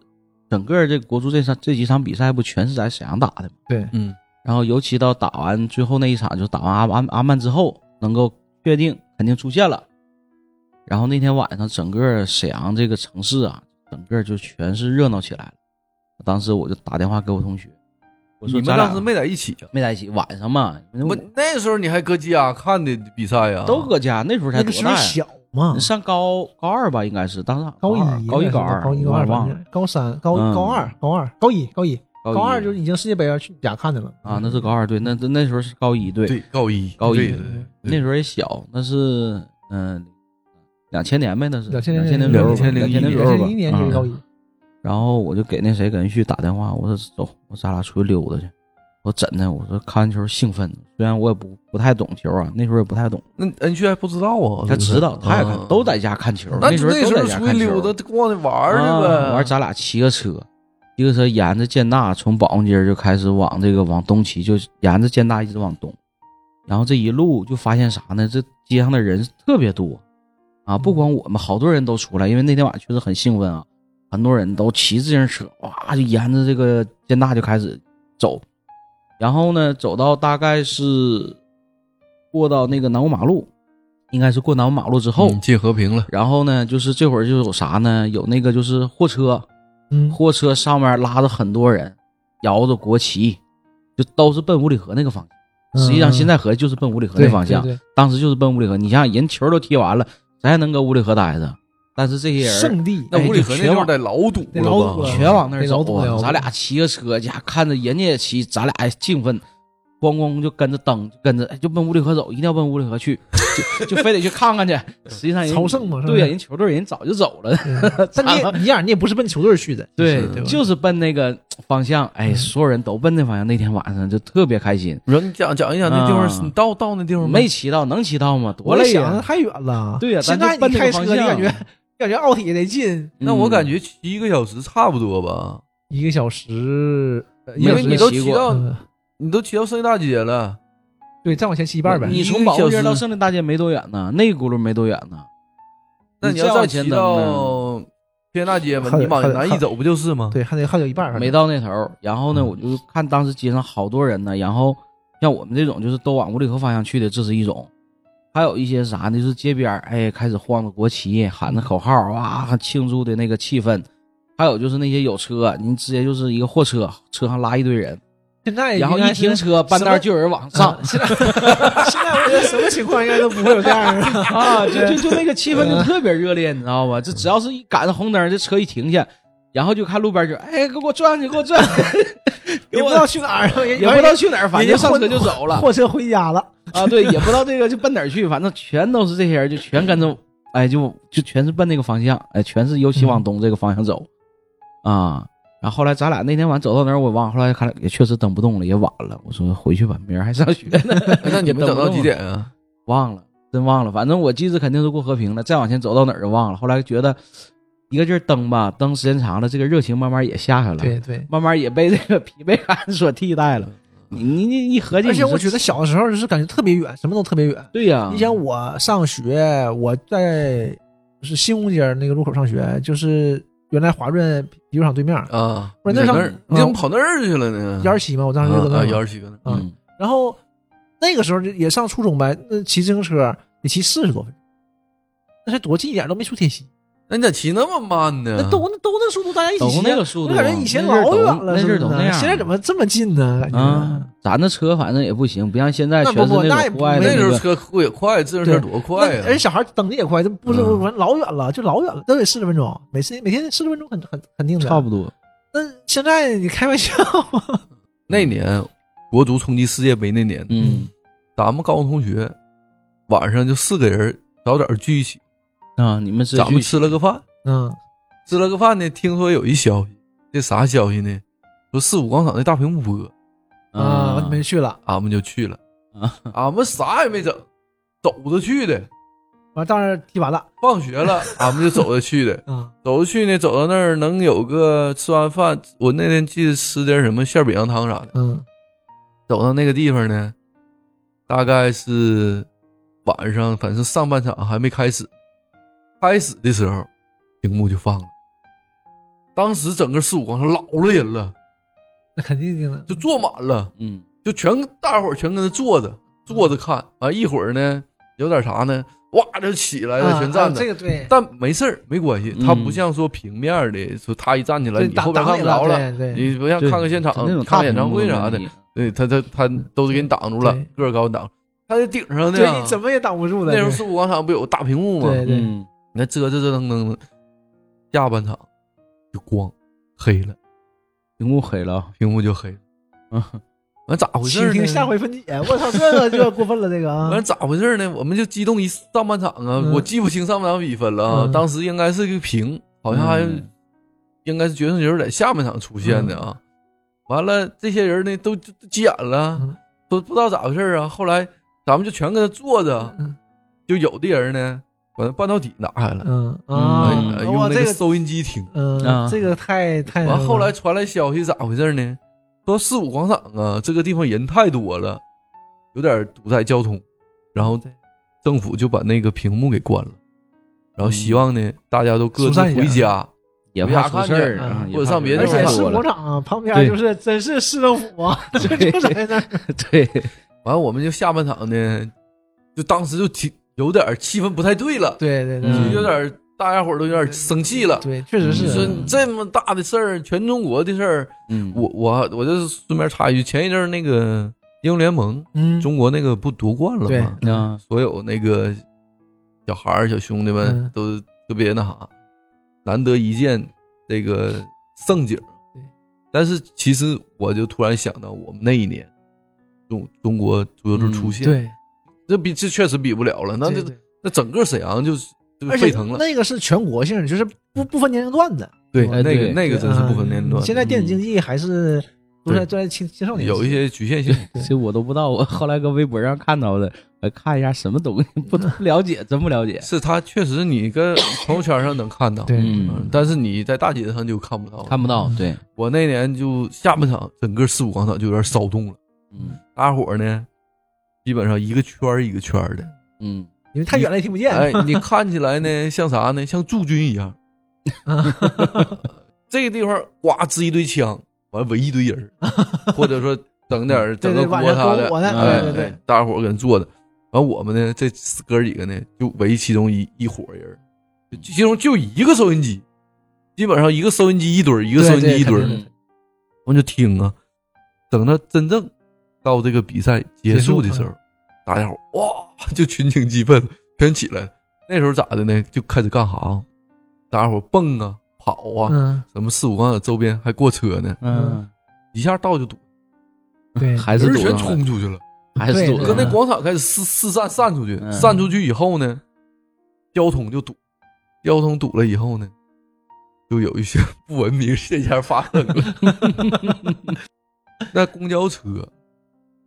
Speaker 3: 整个这国足这场这几场比赛不全是在沈阳打的吗？
Speaker 2: 对，
Speaker 1: 嗯，
Speaker 3: 然后尤其到打完最后那一场，就打完阿阿阿曼之后，能够确定肯定出线了。然后那天晚上，整个沈阳这个城市啊，整个就全是热闹起来了。当时我就打电话给我同学，我
Speaker 1: 你
Speaker 3: 说
Speaker 1: 们
Speaker 3: 咱俩
Speaker 1: 当时没在一起啊？
Speaker 3: 没在一起，晚上嘛，因
Speaker 1: 我
Speaker 3: 为
Speaker 1: 那时候你还搁家看的比赛啊呀、
Speaker 3: 我嗯都搁家，那时候才
Speaker 2: 那个
Speaker 3: 多
Speaker 2: 时
Speaker 3: 大
Speaker 2: 候
Speaker 3: 呀？
Speaker 2: 小嘛
Speaker 3: 你，上高高二吧，应该是当时
Speaker 2: 高
Speaker 3: 二
Speaker 2: 一、
Speaker 3: 高一、
Speaker 2: 高
Speaker 3: 二、
Speaker 2: 高一、
Speaker 3: 我
Speaker 2: 高二，
Speaker 3: 忘
Speaker 2: 反
Speaker 3: 了
Speaker 2: 正，高三、高
Speaker 3: 嗯
Speaker 2: 高二、高二、高一、高一、
Speaker 3: 高
Speaker 2: 高二
Speaker 3: 一
Speaker 2: 就已经世界杯了，去你家看的了
Speaker 3: 啊，那是高二对，那那那时候是高一对，
Speaker 1: 对高一
Speaker 3: 高一
Speaker 1: 对
Speaker 3: 对
Speaker 1: 对对
Speaker 3: 那时候也小，那是嗯两千年呗，那是
Speaker 2: 2000年
Speaker 3: 两千年
Speaker 1: 2000
Speaker 3: 左
Speaker 1: 2001年
Speaker 3: 右吧，年左右吧，
Speaker 2: 零一年就是
Speaker 3: 嗯
Speaker 2: 高一，
Speaker 3: 然后我就给那谁给恩旭打电话，我说走，我咱俩出去溜达去。我真的，我说看完球兴奋，虽然我也不不太懂球啊，那时候也不太懂，
Speaker 1: 那恩旭还不知道啊，
Speaker 3: 他知道，他也看
Speaker 1: 啊，
Speaker 3: 都在家看球。
Speaker 1: 那
Speaker 3: 时候
Speaker 1: 那
Speaker 3: 都
Speaker 1: 时
Speaker 3: 在
Speaker 1: 候
Speaker 3: 家
Speaker 1: 出去
Speaker 3: 看球
Speaker 1: 溜。达逛着玩
Speaker 3: 啊
Speaker 1: 儿去呗。
Speaker 3: 完，咱俩骑个车，骑个车沿着建大，从保安街就开始往这个往东骑，就沿着建大一直往东。然后这一路就发现啥呢？这街上的人特别多啊！不光我们，好多人都出来，因为那天晚上确实很兴奋啊，很多人都骑自行车，哇，就沿着这个建大就开始走。然后呢，走到大概是过到那个南五马路，应该是过南五马路之后，
Speaker 1: 嗯进和平了，
Speaker 3: 然后呢，就是这会儿就有啥呢？有那个就是货车，
Speaker 2: 嗯，
Speaker 3: 货车上面拉着很多人，摇着国旗，就都是奔五里河那个方向。 实际上，现在合计就是奔五里河
Speaker 2: 对
Speaker 3: 那方向，
Speaker 2: 嗯对对
Speaker 3: 当时就是奔五里河。你想想，人球都踢完了，谁还能搁五里河待着？但是这些人
Speaker 2: 圣地
Speaker 1: 那
Speaker 3: 哎
Speaker 1: 五里河那
Speaker 3: 全
Speaker 1: 地
Speaker 3: 往
Speaker 1: 方得老堵
Speaker 2: 得老
Speaker 1: 了
Speaker 2: 堵
Speaker 1: 吧？
Speaker 2: 了
Speaker 3: 全往那儿
Speaker 2: 那老
Speaker 3: 走
Speaker 2: 堵
Speaker 3: 啊
Speaker 2: 了
Speaker 3: 咱俩骑个车去，看着人家也骑，咱俩也兴奋。咣咣就跟着蹬，就跟着哎就奔五里河走，一定要奔五里河去，就就非得去看看去。 实际上人
Speaker 2: 朝圣嘛，是吧
Speaker 3: 对呀，啊人球队人早就走了，
Speaker 2: 嗯但 你也你呀，你也不是奔球队去的，
Speaker 3: 对
Speaker 1: 对吧
Speaker 3: 就是奔那个方向。哎，
Speaker 2: 嗯
Speaker 3: 所有人都奔那方向，那天晚上就特别开心。
Speaker 1: 你说你讲讲一讲那地
Speaker 3: 啊
Speaker 1: 方，你到到那地方吗
Speaker 3: 没骑到，能骑到吗？多
Speaker 2: 我也
Speaker 3: 累
Speaker 2: 想的
Speaker 3: 呀！
Speaker 2: 太远了。
Speaker 3: 对啊呀，
Speaker 2: 现
Speaker 3: 咱就
Speaker 2: 在
Speaker 3: 奔
Speaker 2: 你
Speaker 3: 那
Speaker 2: 开
Speaker 3: 个
Speaker 2: 车，
Speaker 3: 方
Speaker 2: 你
Speaker 3: 向
Speaker 2: 感觉 感觉奥体得近
Speaker 1: 那我感
Speaker 3: 觉。
Speaker 1: 觉骑一个小时差不多吧，
Speaker 2: 一个小时，呃一
Speaker 1: 因
Speaker 2: 个
Speaker 1: 为
Speaker 2: 小
Speaker 1: 你
Speaker 2: 时
Speaker 1: 都
Speaker 3: 骑
Speaker 1: 骑
Speaker 3: 过
Speaker 1: 到
Speaker 2: 嗯
Speaker 1: 你都骑到圣大街了，
Speaker 2: 对，再往前骑一半呗。
Speaker 3: 你从保护街到胜利大街没多远呢，那轱辘没多远呢。
Speaker 1: 那你
Speaker 3: 你
Speaker 1: 要
Speaker 3: 再
Speaker 1: 再
Speaker 3: 往前嗯
Speaker 1: 骑
Speaker 3: 蹬呢，
Speaker 1: 到天大街嘛，
Speaker 2: 还得
Speaker 1: 你往
Speaker 2: 还得
Speaker 1: 南一走不就是吗？
Speaker 2: 对，还得还有一半儿
Speaker 3: 没到那头儿。然后
Speaker 2: 嗯
Speaker 3: 呢，我就看当时街上好多人呢。然后像我们这种就是都往五里河方向去的，这是一种。还有一些啥呢？就是街边儿哎开始晃着国旗，喊着口号啊，庆祝的那个气氛。还有就是那些有车，您直接就是一个货车，车上拉一堆人，
Speaker 2: 现在
Speaker 3: 然后
Speaker 2: 哎应
Speaker 3: 一
Speaker 2: 该是
Speaker 3: 停车，半道儿就有人往上
Speaker 2: 嗯现在 现在我觉得什么情况应该都不会有这样的。
Speaker 3: 啊， 就就就那个气氛
Speaker 2: 嗯
Speaker 3: 就特别热烈，你知道吧？这只要是一赶上红灯，这车一停下，然后就看路边就哎，给我转去，给我转，
Speaker 2: 也
Speaker 3: 给
Speaker 2: 不
Speaker 3: 我
Speaker 2: 知道去哪儿了，也
Speaker 3: 也不知道去哪儿，反正上车就走了
Speaker 2: 货车回家了。
Speaker 3: 啊。对，也不知道这个就奔哪儿去，反正全都是这些人，就全跟着，哎，就就全是奔那个方向，哎，全是尤其
Speaker 1: 嗯
Speaker 3: 往东这个方向走啊。然后后来咱俩那天晚上走到哪儿我忘了，后来看来也确实蹬不动了，也晚了。我说回去吧，明儿还上学 呢。
Speaker 1: 哎那你们整
Speaker 3: 也蹬不
Speaker 1: 到
Speaker 3: 动
Speaker 1: 几
Speaker 3: 了
Speaker 1: 点啊？
Speaker 3: 忘了，真忘了。反正我记着肯定是过和平了，再往前走到哪儿就忘了。后来觉得一个劲儿蹬吧，蹬时间长了，这个热情慢慢也下去了，
Speaker 2: 对对，
Speaker 3: 慢慢也被这个疲惫感所替代了。你你你一合计，
Speaker 2: 而且
Speaker 3: 你说
Speaker 2: 我觉得小的时候就是感觉特别远，什么都特别远。
Speaker 3: 对呀、
Speaker 2: 你想我上学，我在是新公街那个路口上学，就是原来华润啤酒厂对面
Speaker 1: 啊，
Speaker 2: 不是
Speaker 1: 你
Speaker 2: 那
Speaker 1: 在
Speaker 2: 上
Speaker 1: 儿你怎么跑那儿去了呢？
Speaker 2: 幺二七嘛，我当时就搁那
Speaker 1: 啊，
Speaker 2: 儿
Speaker 1: 幺
Speaker 2: 嘛。
Speaker 1: 二七搁那儿
Speaker 2: 啊
Speaker 3: 嗯，
Speaker 2: 然后那个时候就也上初中呗，那骑自行车得骑四十多分钟，那才多近一点，都没出铁西，
Speaker 1: 那你咋骑那么慢呢？
Speaker 2: 那都那都那速度，大家一起
Speaker 3: 啊都
Speaker 2: 骑
Speaker 3: 那
Speaker 2: 啊
Speaker 3: 个速度
Speaker 2: 我
Speaker 3: 啊，
Speaker 2: 感觉以前
Speaker 3: 那阵儿
Speaker 2: 老
Speaker 3: 都
Speaker 2: 远了，
Speaker 3: 那
Speaker 2: 是不
Speaker 3: 阵儿
Speaker 2: 是啊
Speaker 3: 都那样。
Speaker 2: 现在怎么这么近呢？感觉
Speaker 3: 啊？咱的车反正也不行，不像现在
Speaker 2: 那
Speaker 3: 全
Speaker 2: 不
Speaker 3: 是
Speaker 2: 不那也
Speaker 3: 种
Speaker 2: 不
Speaker 3: 户外的
Speaker 1: 那时
Speaker 3: 那
Speaker 1: 候
Speaker 3: 个。
Speaker 1: 车也快，自行车
Speaker 2: 对
Speaker 1: 多快
Speaker 2: 那而且
Speaker 1: 呀！
Speaker 2: 小孩蹬的也快，这不是
Speaker 1: 嗯
Speaker 2: 我老远了，就老远了，都得四十分钟，每次每天四十分钟很很肯定的。
Speaker 3: 差不多，
Speaker 2: 那现在你开玩笑吗？
Speaker 1: 那年国足冲击世界杯那年，
Speaker 3: 嗯
Speaker 1: 咱们高中同学晚上就四个人早点聚一起，
Speaker 3: 啊，你们是
Speaker 1: 咱们
Speaker 3: 去
Speaker 1: 吃了个饭，
Speaker 2: 嗯，
Speaker 1: 吃了个饭呢，听说有一消息，这啥消息呢？说四五广场那大屏幕播，
Speaker 2: 啊，没去了。
Speaker 1: 俺们就去了，
Speaker 3: 啊，
Speaker 1: 俺们啥也没整，走着去的。
Speaker 2: 完，当然踢完了
Speaker 1: 放学 了，俺们就走着去的，
Speaker 2: 啊，
Speaker 1: 走着去呢，走到那儿能有个吃完饭，我那天记得吃点什么馅饼汤啥的。
Speaker 2: 嗯
Speaker 1: 走到那个地方呢，大概是晚上，反正上半场还没开始，开始的时候屏幕就放了。当时整个四五广场老了人了，
Speaker 2: 那肯定的。
Speaker 1: 就坐满了，
Speaker 3: 嗯
Speaker 1: 就全大伙儿全跟那坐着坐着看。完一会儿呢，有点啥呢，哇就起来了，
Speaker 2: 啊
Speaker 1: 全站着
Speaker 2: 啊这。个对，
Speaker 1: 但没事儿，没关系，
Speaker 3: 嗯
Speaker 1: 他不像说平面儿的，说他一站起来，
Speaker 2: 这
Speaker 1: 你
Speaker 2: 打
Speaker 1: 后边看不着
Speaker 2: 挡
Speaker 1: 了，
Speaker 2: 了，对对
Speaker 1: 你不像看个现场
Speaker 3: 那种、
Speaker 1: 看
Speaker 3: 大
Speaker 1: 个演唱会啥的，
Speaker 3: 屏幕
Speaker 1: 对他他他都是给你挡住了
Speaker 2: 对，
Speaker 1: 个儿高挡，他在顶上呢。
Speaker 2: 对，你怎么也挡不住的。
Speaker 1: 那时候四五广场不有大屏幕吗？
Speaker 2: 对
Speaker 3: 的
Speaker 2: 对，
Speaker 3: 嗯，
Speaker 1: 你看折腾折腾腾的，下半场就光黑了，
Speaker 3: 屏幕黑了
Speaker 1: 屏幕就黑了，
Speaker 3: 啊。
Speaker 1: 完咋回事
Speaker 2: 请
Speaker 1: 儿
Speaker 2: 听
Speaker 1: 呢？
Speaker 2: 下回分解。我操，这个就有点过分了，这个啊
Speaker 1: 完咋回事儿呢？我们就激动一上半场啊，
Speaker 2: 嗯
Speaker 1: 我记不清上半场比分了啊
Speaker 2: 嗯，
Speaker 1: 当时应该是个平，好像还
Speaker 3: 嗯
Speaker 1: 应该是决胜球在下半场出现的
Speaker 2: 嗯
Speaker 1: 啊。完了，这些人呢都都都急眼了
Speaker 2: 嗯，
Speaker 1: 都不知道咋回事儿啊。后来咱们就全搁那坐着，
Speaker 2: 嗯
Speaker 1: 就有的人呢把那半导体拿开了，
Speaker 2: 嗯
Speaker 1: 哎
Speaker 2: 啊
Speaker 3: 嗯
Speaker 1: 哎，
Speaker 2: 哇
Speaker 1: 用那
Speaker 2: 这
Speaker 1: 个
Speaker 2: 个
Speaker 1: 收音机听。
Speaker 2: 嗯，这个太太。
Speaker 1: 完后来传来消息咋回事儿呢？说四五广场啊，这个地方人太多了，有点堵塞交通，然后
Speaker 2: 对
Speaker 1: 政府就把那个屏幕给关了，然后希望呢大家都各
Speaker 2: 嗯疏
Speaker 1: 自
Speaker 2: 散一下
Speaker 1: 回家。
Speaker 3: 也怕出事儿啊，
Speaker 2: 嗯
Speaker 1: 或者上别的
Speaker 2: 而
Speaker 1: 地方
Speaker 2: 且
Speaker 1: 看
Speaker 2: 是
Speaker 1: 过
Speaker 2: 广
Speaker 3: 了。
Speaker 2: 场啊旁边就是真是市政府啊，这
Speaker 3: 对
Speaker 2: 就在那儿。
Speaker 3: 对，
Speaker 1: 完，我们就下半场呢，就当时就挺有点气氛不太对了，
Speaker 2: 对对
Speaker 1: 就
Speaker 3: 嗯
Speaker 1: 有点大家伙儿都有点生气了。
Speaker 2: 对，确实
Speaker 1: 你说
Speaker 2: 是
Speaker 3: 嗯
Speaker 1: 这么大的事儿，全中国的事儿，
Speaker 3: 嗯，
Speaker 1: 我我我就是顺便插一句，前一阵儿那个英雄联盟，
Speaker 2: 嗯
Speaker 1: 中国那个不夺冠了
Speaker 2: 对
Speaker 1: 吗？
Speaker 3: 啊，
Speaker 1: 所有那个小孩儿、小兄弟们
Speaker 2: 嗯
Speaker 1: 都特别那啥，难得一见这个盛景
Speaker 2: 对。
Speaker 1: 但是其实我就突然想到，我们那一年中中国足球队
Speaker 3: 嗯
Speaker 1: 出现，，
Speaker 4: 对，
Speaker 1: 这比这确实比不了了，那
Speaker 4: 对
Speaker 1: 这
Speaker 4: 对
Speaker 1: 那整个沈阳就是就
Speaker 2: 而且
Speaker 1: 沸腾了，
Speaker 2: 那个是全国性，就是不不分年龄段的。
Speaker 1: 对，
Speaker 3: 哎
Speaker 1: 那个
Speaker 3: 对
Speaker 1: 那个真是不分年龄
Speaker 2: 嗯
Speaker 1: 段，
Speaker 2: 现在电子竞技还是都在
Speaker 1: 对
Speaker 2: 都在青青少年，
Speaker 1: 有一些局限性，
Speaker 3: 这我都不知道，我后来搁微博上看到的，来看一下什么东西，不 不了解，真不了解。
Speaker 1: 是他确实你跟朋友圈上能看到，
Speaker 4: 对
Speaker 1: 嗯
Speaker 3: 嗯，
Speaker 1: 但是你在大街上就看不到了。
Speaker 3: 看不到，对，
Speaker 1: 我那年就下半场整个四五广场就有点骚动了，
Speaker 3: 嗯
Speaker 1: 大伙儿呢基本上一个圈儿一个圈儿的，
Speaker 3: 嗯，
Speaker 2: 因为太远了也听不见。
Speaker 1: 哎，你看起来呢像啥呢？像驻军一样，这个地方呱支一堆枪，完围一堆人儿，或者说整点儿 整
Speaker 2: 对
Speaker 1: 个
Speaker 2: 对，
Speaker 1: 锅
Speaker 2: 晚上
Speaker 1: 啥
Speaker 2: 篝
Speaker 1: 的，
Speaker 2: 火呢，
Speaker 1: 哎
Speaker 3: 哎
Speaker 2: 对对对
Speaker 1: 哎，大伙儿搁那坐着，完我们呢这哥几个呢就围其中一一伙人儿，就其中就一个收音机，基本上一个收音机一堆儿，一个收音机一
Speaker 4: 对
Speaker 1: 堆儿
Speaker 4: 对肯，定
Speaker 3: 嗯
Speaker 1: 我就听啊，等到真正到这个比赛结束的时候，大家伙哇就群情激愤，全起来了。那时候咋的呢？就开始干哈？大家伙蹦啊、跑啊，
Speaker 2: 嗯，
Speaker 1: 什么四五广场周边还过车呢，
Speaker 3: 嗯，
Speaker 1: 一下道就堵，
Speaker 4: 对，
Speaker 3: 还是
Speaker 1: 人
Speaker 3: 堵
Speaker 1: 全
Speaker 3: 上了，
Speaker 1: 冲出去了，
Speaker 3: 还是
Speaker 4: 对
Speaker 3: 堵
Speaker 4: 嗯
Speaker 1: 搁
Speaker 3: 上
Speaker 1: 那
Speaker 3: 了。
Speaker 1: 广场开始四四散散出去，
Speaker 3: 嗯
Speaker 1: 散出去以后呢，交通就堵，交通堵了以后呢，就有一些不文明现象发生了。 那公交车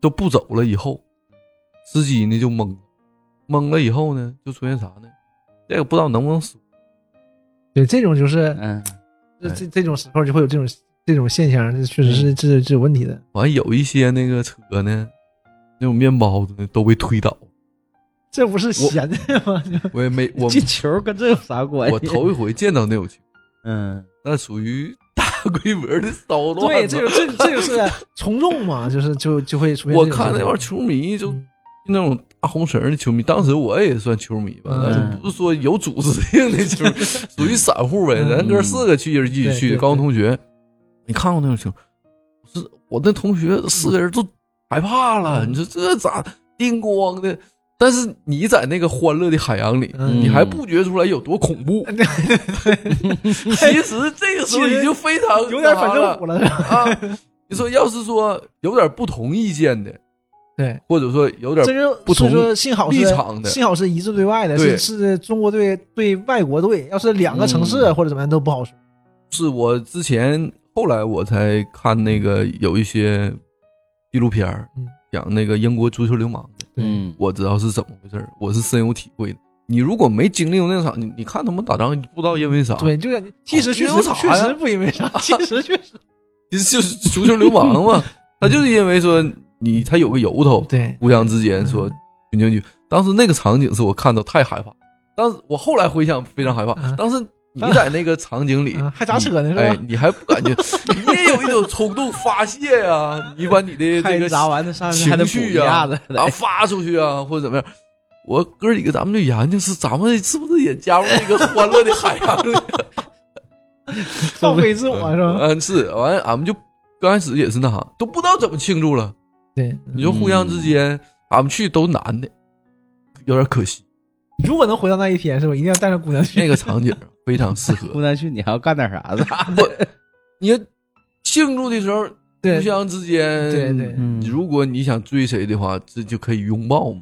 Speaker 1: 都不走了以后，司机呢就懵了，懵了以后呢，就出现啥呢？这个不知道能不能说，
Speaker 2: 对，这种就是
Speaker 1: 哎
Speaker 3: 嗯，
Speaker 2: 这这这种时候就会有这种这种现象，这确实
Speaker 1: 嗯
Speaker 2: 是这这有问题的。
Speaker 1: 完有一些那个车呢，那种面包子呢都被推倒，
Speaker 2: 这不是闲的吗？
Speaker 1: 我也没我
Speaker 3: 进球跟这有啥关
Speaker 1: 嗯
Speaker 3: 系？
Speaker 1: 我头一回见到那种情况。
Speaker 3: 嗯，
Speaker 1: 那属于大规模的骚乱。
Speaker 2: 对，这就这这就是 从众嘛，就是就就会出现这
Speaker 1: 我
Speaker 2: 种情况。
Speaker 1: 看那帮球迷就那种大红绳的球迷，当时我也算球迷吧，
Speaker 2: 嗯
Speaker 1: 但是不是说有组织性 的球迷，属于散户呗。
Speaker 2: 嗯
Speaker 1: 咱哥四个去一人一起
Speaker 2: 对
Speaker 1: 去，
Speaker 2: 对
Speaker 1: 高中同学，你看过那种球？是我那同学四个人都害怕了，你说这咋叮咣的？但是你在那个欢乐的海洋里，
Speaker 2: 嗯
Speaker 1: 你还不觉出来有多恐 怖？ 其实这个时候已经非常
Speaker 2: 有点反
Speaker 1: 了
Speaker 2: 政府。了，是吧
Speaker 1: 啊，你说要是说有点不同意见的，
Speaker 2: 对，
Speaker 1: 或者说有
Speaker 2: 这
Speaker 1: 点
Speaker 2: 就
Speaker 1: 不同
Speaker 2: 所以说幸好是
Speaker 1: 立场的
Speaker 2: 幸好是一致对外的，
Speaker 1: 对
Speaker 2: 是是中国队对外国队，要是两个城市
Speaker 3: 嗯
Speaker 2: 或者怎么样都不好说。
Speaker 1: 是我之前后来我才看那个有一些纪录片儿
Speaker 2: 嗯
Speaker 1: 讲那个英国足球流氓的，
Speaker 3: 嗯，
Speaker 1: 我知道是怎么回事儿，我是深有体会的。你如果没经历过那场，你你看他们打仗，你不知道因为啥，，
Speaker 2: 对，就是其实确
Speaker 1: 因为
Speaker 2: 实
Speaker 1: 啥呀
Speaker 2: 确实不因为 啥，其实确实
Speaker 1: 就是 足球流氓嘛，他就是因为说你他有个由头，
Speaker 2: 对
Speaker 1: 互相之
Speaker 3: 嗯
Speaker 1: 间说军情局。当时那个场景是我看到太害怕，当时我后来回想非常害怕
Speaker 2: 嗯。
Speaker 1: 当时你在那个场景里
Speaker 3: 嗯
Speaker 2: 啊还砸车呢
Speaker 1: 你
Speaker 2: 是吧
Speaker 1: 哎，你还不感觉，你也有一种冲动发泄呀、你把你的这
Speaker 3: 还
Speaker 1: 个
Speaker 3: 砸完了上去还得
Speaker 1: 情
Speaker 3: 补一
Speaker 1: 绪啊
Speaker 3: 下
Speaker 1: 呀、
Speaker 3: 子， 哎
Speaker 1: 然后发出去啊，或者怎么样。我哥几个，咱们就研究是咱们是不是也加入那个欢乐的海洋 里？
Speaker 2: 放飞自我是吧？
Speaker 1: 嗯，是。完，俺们就刚开始也是那啥，都不知道怎么庆祝了。
Speaker 2: 对，
Speaker 1: 你说互相
Speaker 3: 嗯
Speaker 1: 之间，俺们去都男的，有点可惜。
Speaker 2: 如果能回到那一天，是吧？一定要带上姑娘
Speaker 1: 那
Speaker 2: 去。
Speaker 1: 个场景非常适
Speaker 3: 湖
Speaker 1: 合。
Speaker 3: 南去，你还要干点啥子？
Speaker 1: 你庆祝的时候，互
Speaker 2: 对
Speaker 1: 相之间，
Speaker 2: 对对，
Speaker 3: 嗯
Speaker 1: 你如果你想追谁的话，这就可以拥抱嘛。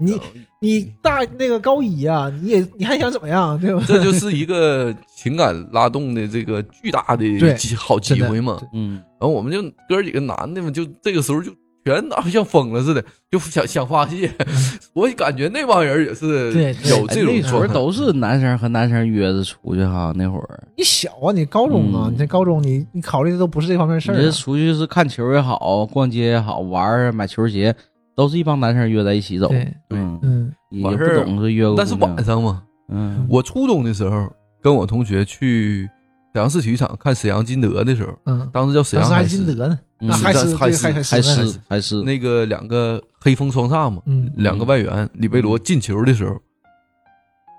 Speaker 2: 你你大那个高一啊，你也你还想怎么样，对吧？
Speaker 1: 这就是一个情感拉动的这个巨大的
Speaker 2: 对
Speaker 1: 机好
Speaker 2: 真
Speaker 1: 机
Speaker 2: 的
Speaker 1: 会嘛。
Speaker 2: 对
Speaker 3: 嗯，
Speaker 1: 然后我们就哥几个男的嘛，就这个时候就全拿像疯了似的，就想想发泄。 我感觉那帮人也是
Speaker 2: 嗯对对
Speaker 1: 有
Speaker 3: 哎
Speaker 1: 这
Speaker 3: 那
Speaker 1: 种
Speaker 3: 时候
Speaker 1: 状态。
Speaker 3: 都是男生和男生约着出去哈，那会儿
Speaker 2: 你小啊，你高中啊，
Speaker 3: 嗯
Speaker 2: 你在高中你你考虑的都不是这方面的事
Speaker 3: 你
Speaker 2: 儿
Speaker 3: 这
Speaker 2: 啊。
Speaker 3: 出去是看球也好，逛街也好，玩儿买球鞋，都是一帮男生约在一起走。
Speaker 2: 对，
Speaker 3: 嗯，
Speaker 2: 嗯，
Speaker 3: 也
Speaker 1: 完
Speaker 3: 不
Speaker 1: 事儿
Speaker 3: 懂是约个
Speaker 1: 但是
Speaker 3: 姑娘
Speaker 1: 晚上嘛，
Speaker 3: 嗯
Speaker 1: 我初中的时候，跟我同学去沈阳市体育场看沈阳金德的时候，
Speaker 2: 嗯，
Speaker 1: 当时叫沈
Speaker 2: 当
Speaker 1: 阳
Speaker 2: 时还
Speaker 1: 海
Speaker 2: 金
Speaker 1: 狮，
Speaker 2: 德呢，
Speaker 3: 嗯
Speaker 2: 那还
Speaker 1: 是
Speaker 2: 是
Speaker 1: 还
Speaker 2: 对
Speaker 1: 是
Speaker 2: 还
Speaker 3: 还
Speaker 2: 呢
Speaker 3: 是还是
Speaker 1: 那个两个黑风双煞嘛，
Speaker 2: 嗯
Speaker 1: 两个外援里贝罗进球的时候，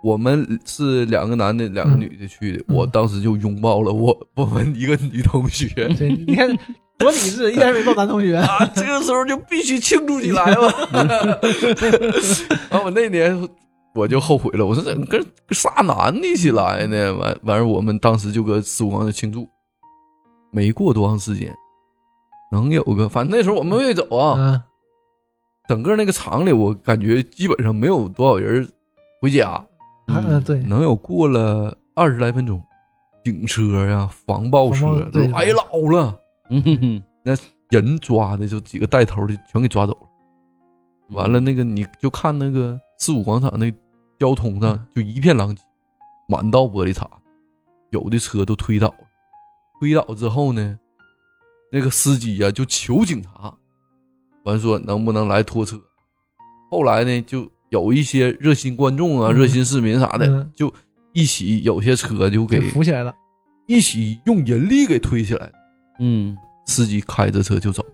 Speaker 1: 我们是两个男的，两个女的去的，
Speaker 2: 嗯。
Speaker 1: 我当时就拥抱了我 我们一个女同学
Speaker 2: 对，你看多理智，一点也没抱男 同学。
Speaker 1: 啊，这个时候就必须庆祝起来了。
Speaker 2: 嗯
Speaker 1: 完，我那年我就后悔了，我说怎么跟跟仨男的一起来呢？完完事儿我们当时就搁四五广场庆祝，没过多长时间，能有个，反正那时候我们没走啊，
Speaker 2: 嗯，
Speaker 1: 整个那个厂里，我感觉基本上没有多少人回家，
Speaker 2: 啊
Speaker 3: 嗯
Speaker 2: 呃对，
Speaker 1: 能有过了二十来分钟，警车呀、防爆
Speaker 2: 防
Speaker 1: 车啊
Speaker 2: 爆
Speaker 1: 都
Speaker 2: 对
Speaker 1: 来老了，
Speaker 3: 嗯哼哼，
Speaker 1: 人抓的就几个带头的全给抓走了。完了，那个你就看那个四五广场那交通
Speaker 2: 嗯
Speaker 1: 上就一片狼藉，满道玻璃碴，有的车都推倒了。推倒之后呢，那个司机呀、就求警察，完说能不能来拖车。后来呢，就有一些热心观众啊、
Speaker 2: 嗯
Speaker 1: 热心市民啥的，
Speaker 2: 嗯
Speaker 1: 就一起有些车就给
Speaker 2: 就扶起来了，
Speaker 1: 一起用人力给推起来，
Speaker 3: 嗯，
Speaker 1: 司机开着车就走，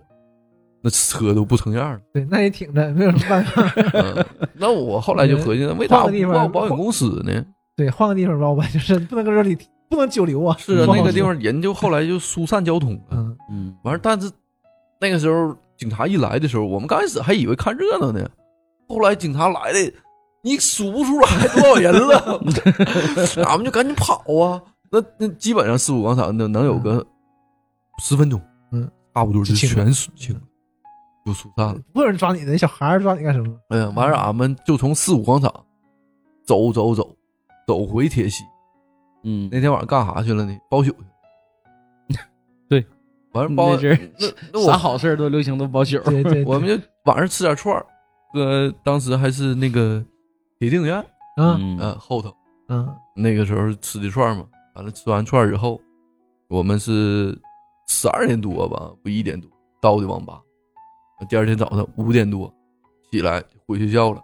Speaker 1: 那车都不成样了。
Speaker 2: 对，那也挺着，没有什么办法，
Speaker 1: 嗯， 那我后来就合计，那为啥
Speaker 2: 换
Speaker 1: 不
Speaker 2: 个地方
Speaker 1: 报保险公司呢？
Speaker 2: 对，换个地方吧，我就是不能搁这里不能 久留啊，
Speaker 1: 是啊，
Speaker 2: 不好
Speaker 1: 那个
Speaker 2: 说
Speaker 1: 地，方人就后来就疏散交通了。
Speaker 2: 嗯，
Speaker 3: 嗯，
Speaker 1: 完事，但是那个时候警察一来的时候，我们刚开始还以为看热闹呢，后来警察来的，你数不出来多少人了， 俺们就赶紧跑啊。那那基本上四五广场能能有个十分钟，
Speaker 2: 嗯，
Speaker 1: 差不多就
Speaker 2: 就清了
Speaker 1: 全肃清了，就疏散了。
Speaker 2: 嗯不有人抓你的，小孩儿抓你干什么？
Speaker 1: 哎呀，完事儿俺们就从四五广场走走走，走回铁西。
Speaker 3: 嗯，
Speaker 1: 那天晚上干啥去了呢？包宿去了。
Speaker 3: 对，
Speaker 1: 完事儿包
Speaker 3: 那阵儿
Speaker 1: 那那我
Speaker 3: 啥好事儿都流行都包宿，
Speaker 2: 对 对，对
Speaker 1: 我们就晚上吃点串儿，呃，当时还是那个铁定院，
Speaker 2: 嗯
Speaker 1: 嗯、
Speaker 3: 嗯
Speaker 1: 后头
Speaker 2: 嗯
Speaker 1: 那个时候吃的串儿嘛，完了吃完串儿以后，我们是十二点多吧，不一点多到的网吧，第二天早上五点多起来回学校了，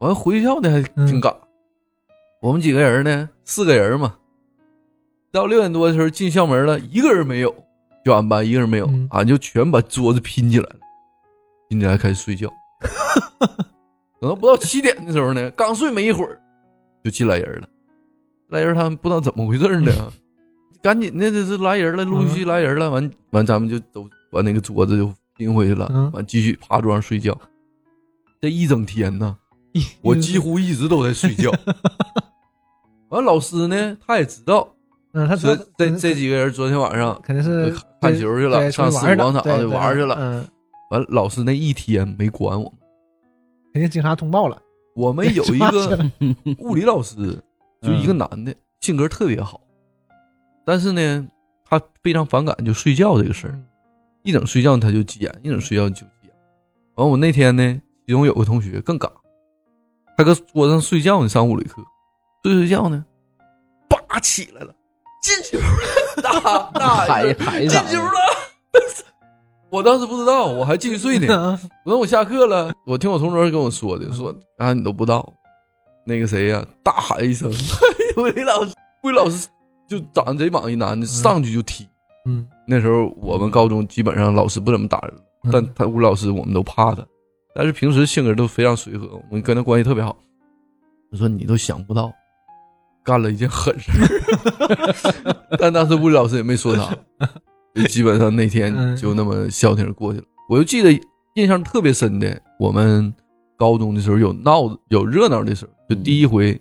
Speaker 1: 完回学校呢还挺赶，我们几个人呢，四个人嘛，到六点多的时候进校门了，一个人没有，就俺班一个人没有，
Speaker 2: 嗯
Speaker 1: 俺就全把桌子拼起来了，拼起来开始睡觉， 等到不到七点的时候呢，刚睡没一会儿，就进来人了，来人他们不知道怎么回事 呢，赶紧的这是来人了，陆
Speaker 2: 嗯
Speaker 1: 续来人了，完完咱们就都把那个桌子就拼回去了
Speaker 2: 嗯，
Speaker 1: 完继续趴桌上睡觉，这一整天呢。我
Speaker 2: 嗯
Speaker 1: 几乎一直都在睡 觉。完，老师呢，他也知道，
Speaker 2: 嗯，他
Speaker 1: 说
Speaker 2: 昨
Speaker 1: 这这几个人昨天晚上
Speaker 2: 肯定是
Speaker 1: 看看球去了
Speaker 2: 对
Speaker 1: 上
Speaker 2: 出去
Speaker 1: 四
Speaker 2: 玩儿
Speaker 1: 广
Speaker 2: 呢
Speaker 1: 场
Speaker 2: 对
Speaker 1: 去玩儿去
Speaker 2: 对
Speaker 1: 了
Speaker 2: 嗯，
Speaker 1: 完，老师那一天没管我们。
Speaker 2: 肯定警察通报了，
Speaker 1: 我们有一
Speaker 2: 抓起
Speaker 1: 个
Speaker 2: 来
Speaker 1: 物理老师，就一个男的，性格特别好，但是呢，他非常反感就睡觉这个事儿，一整睡觉他就急眼，一整睡觉就急眼。完，我那天呢，其中有个同学更嘎，他搁桌上睡觉呢，上物理课，睡着睡觉呢，叭起来了，进球了，大大
Speaker 3: 喊
Speaker 1: 爷
Speaker 3: 一喊一
Speaker 1: 进
Speaker 3: 嗓子
Speaker 1: 球了。 我当时不知道，我还继续睡呢。
Speaker 2: 嗯
Speaker 1: 我说我下课了，我听我同桌跟我说的，说啊你都不知道，那个谁呀、大喊一声， 物理老师，物理老师就长得贼莽一男的，上去就踢。
Speaker 2: 嗯，
Speaker 1: 那时候我们高中基本上老师不怎么打人，
Speaker 2: 嗯
Speaker 1: 但他物理老师我们都怕他，但是平时性格都非常随和，我们跟他关系特别好。我说你都想不到，干了一件狠事儿， 但当时物理老师也没说啥，就基本上那天
Speaker 2: 嗯
Speaker 1: 就那么消停着过去了。我就记得印象特别深的，我们高中的时候有闹有热闹的时候，
Speaker 2: 嗯
Speaker 1: 就第一回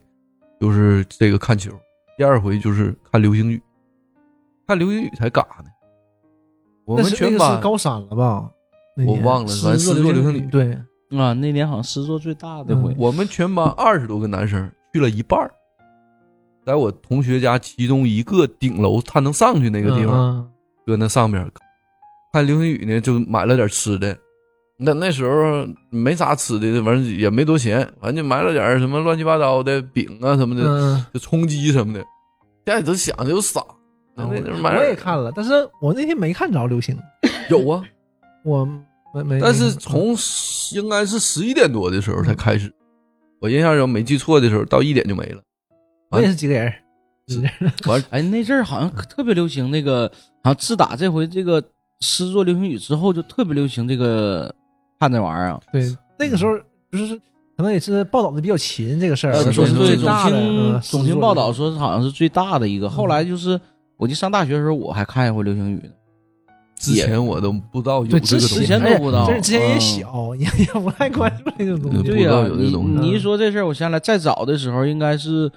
Speaker 1: 就是这个看球，第二回就是看流星雨，看流星雨才嘎呢。我
Speaker 2: 那
Speaker 1: 们
Speaker 2: 是那
Speaker 1: 全
Speaker 2: 个
Speaker 1: 班
Speaker 2: 是高三了吧？那
Speaker 1: 我
Speaker 2: 年
Speaker 1: 忘了反正狮
Speaker 2: 狮子
Speaker 1: 子座
Speaker 2: 座
Speaker 1: 流星雨
Speaker 2: 对，
Speaker 3: 啊，那年好像失座最大的回
Speaker 2: 嗯，
Speaker 1: 我们全班二十多个男生去了一半儿，在我同学家其中一个顶楼，他能上去那个地方，
Speaker 2: 嗯
Speaker 1: 搁那上边儿看流星雨呢，就买了点吃的。那那时候没啥吃的，完正也没多钱，完就买了点儿什么乱七八糟的饼啊什么
Speaker 2: 嗯
Speaker 1: 的，
Speaker 2: 嗯，
Speaker 1: 就充饥什么的。现在都想的就傻，那
Speaker 2: 嗯
Speaker 1: 那时候买
Speaker 2: 我也
Speaker 1: 点
Speaker 2: 看了，但是我那天没看着流星，
Speaker 1: 有啊，
Speaker 2: 我没没。
Speaker 1: 但
Speaker 2: 没
Speaker 1: 是
Speaker 2: 看
Speaker 1: 从十应该是十一点多的时候才开始，我印象中没记错的时候，到一点就没了。
Speaker 2: 我也是几个人，
Speaker 1: 是
Speaker 2: 几个人
Speaker 1: 完
Speaker 3: 哎，那阵儿好像特别流行那个，好像自打这回这个失座流星雨之后，就特别流行这个看这玩意儿啊。
Speaker 2: 对，那个时候就是可能也是报道的比较勤这个事儿
Speaker 1: 呃，
Speaker 2: 说
Speaker 1: 对
Speaker 2: 是
Speaker 1: 对
Speaker 2: 最
Speaker 3: 总
Speaker 2: 大的
Speaker 3: 经
Speaker 2: 嗯
Speaker 3: 总经报道说是好像是最大的一个，
Speaker 2: 嗯
Speaker 3: 后来就是我记得上大学的时候我还看一回流星雨呢。
Speaker 1: 之前我都不知道有
Speaker 2: 对
Speaker 1: 这个
Speaker 2: 之
Speaker 1: 东西哎
Speaker 3: 前，都不知道
Speaker 2: 这之前也
Speaker 3: 嗯
Speaker 2: 小，也也不太关注这种
Speaker 1: 嗯
Speaker 2: 东西。
Speaker 1: 不
Speaker 3: 对
Speaker 1: 知
Speaker 3: 呀、
Speaker 1: 道有这
Speaker 3: 你
Speaker 1: 东西
Speaker 3: 嗯你一说这事儿，我想起来，再早的时候应该是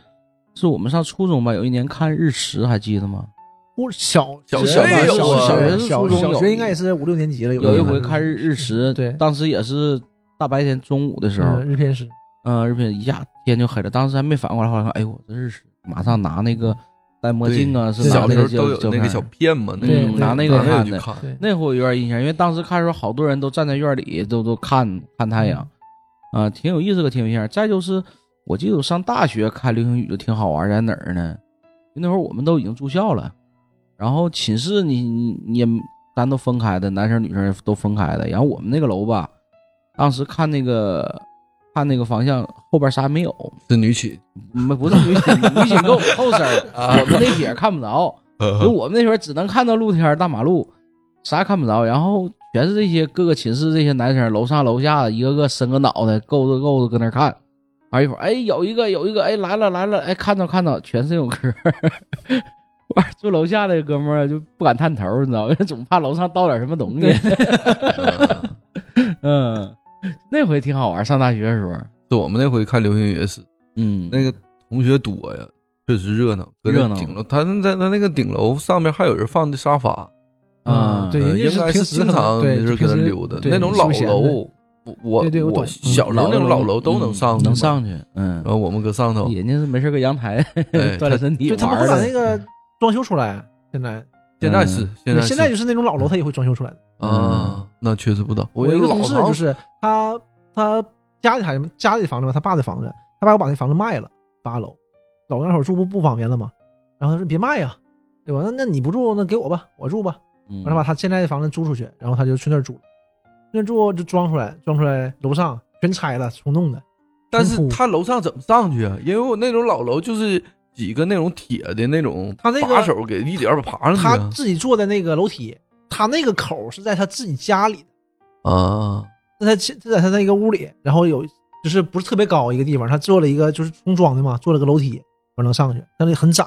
Speaker 3: 是我们上初中吧，有一年看日食，还记得吗？
Speaker 2: 我小
Speaker 1: 小
Speaker 2: 学
Speaker 1: 学也有啊小
Speaker 2: 小小
Speaker 1: 学
Speaker 2: 学
Speaker 3: 是
Speaker 2: 小
Speaker 3: 初中
Speaker 2: 小
Speaker 3: 有
Speaker 2: 学应该也是五六年级了。
Speaker 3: 有一
Speaker 2: 一
Speaker 3: 回看日日食，
Speaker 2: 对
Speaker 3: 当时也是大白天中午的时候
Speaker 2: 嗯，日偏食，
Speaker 3: 嗯、日本一下天就黑了，当时还没反过来，后来说，哎呦，我这是马上拿那个戴墨镜啊，是
Speaker 2: 对
Speaker 3: 拿
Speaker 1: 小
Speaker 3: 那
Speaker 1: 时
Speaker 3: 个
Speaker 1: 候都
Speaker 3: 胶
Speaker 1: 有那个小
Speaker 3: 胶片
Speaker 1: 片嘛，那
Speaker 2: 对
Speaker 1: 个
Speaker 2: 对
Speaker 1: 拿
Speaker 2: 对
Speaker 1: 个
Speaker 3: 拿那个
Speaker 1: 去
Speaker 3: 去
Speaker 1: 看，
Speaker 2: 对，
Speaker 3: 那会儿有点印象，因为当时看的时候，好多人都站在院里，都都看看太阳，啊、挺有意思个挺有印象。再就是，我记得我上大学看流星雨就挺好玩，在哪儿呢？那会儿我们都已经住校了，然后寝室你你你也单都分开的，男生女生都分开的。然后我们那个楼吧，当时看那个看那个方向后边啥也没有，
Speaker 1: 是女寝，
Speaker 3: 没不是女寝女寝跟我们后身儿，我们那撇看不着。
Speaker 2: 嗯
Speaker 1: 嗯
Speaker 3: 因为我们那时候只能看到露天儿大马路，啥也看不着，然后全是这些各个寝室这些男生，楼上楼下的一个个伸个脑袋，够着够着搁那儿看。完一会儿，哎，有一个有一个，哎来了来了，哎看到看到，全是这种歌 儿。完住楼下的哥们儿就不敢探头儿，你知道吗？总怕楼上倒点什么东西。
Speaker 1: 嗯
Speaker 3: 嗯，那回挺好玩儿，上大学的时候，
Speaker 1: 是我们那回看流星雨也是，
Speaker 3: 嗯，
Speaker 1: 那个同学多呀，确实热闹，搁那
Speaker 3: 热闹
Speaker 1: 顶楼，他那在他那个顶楼上面还有人放的沙发，
Speaker 3: 啊、
Speaker 2: 嗯对
Speaker 1: 呃应
Speaker 2: 人家
Speaker 1: 该
Speaker 2: 是平时
Speaker 1: 经
Speaker 2: 可能
Speaker 1: 常
Speaker 2: 对
Speaker 1: 没事
Speaker 2: 平
Speaker 1: 搁那
Speaker 2: 时
Speaker 1: 溜达，
Speaker 2: 对
Speaker 1: 那种
Speaker 2: 休
Speaker 1: 老
Speaker 2: 闲的
Speaker 1: 楼，我我
Speaker 2: 对对我懂
Speaker 1: 小时候那种老楼都能上去嘛，
Speaker 3: 能上去，嗯
Speaker 1: 然，后我们搁上头，
Speaker 3: 人家是没事儿搁阳台
Speaker 1: 哎
Speaker 3: 锻炼身体
Speaker 2: 就他
Speaker 3: 玩
Speaker 2: 们
Speaker 3: 儿
Speaker 2: 会把
Speaker 3: 的
Speaker 2: 那个装修出来。现在
Speaker 1: 现在是现在
Speaker 2: 嗯对，现在
Speaker 1: 是
Speaker 2: 就是那种老楼，他也会装修出来的。
Speaker 1: 啊，那确实不知道，
Speaker 2: 我
Speaker 1: 有
Speaker 2: 有一个
Speaker 1: 老
Speaker 2: 同事
Speaker 1: 长
Speaker 2: 就
Speaker 1: 时
Speaker 2: 是他他家里孩子家里房子嘛，他爸的房子，他爸我把那房子卖了，八楼，老了那会儿住不不方便了嘛，然后他说别卖呀，对吧？那那你不住，那给我吧，我住吧。
Speaker 3: 嗯
Speaker 2: 完了把他现在的房子租出去，然后他就去那儿住了，那住就装出来，装出来楼上全拆了，重弄的，
Speaker 1: 但是他楼上怎么上去啊？因为我那种老楼就是几个那种铁的那种，
Speaker 2: 他那个
Speaker 1: 把手给一点儿爬上去
Speaker 2: 他
Speaker 1: 啊
Speaker 2: 自己坐在那个楼梯，他那个口儿是在他自己家里的，
Speaker 1: 啊，
Speaker 2: 那他其在他那个屋里，然后有就是不是特别高一个地方，他做了一个就是重装的嘛，做了个楼梯，完能上去，但是很窄，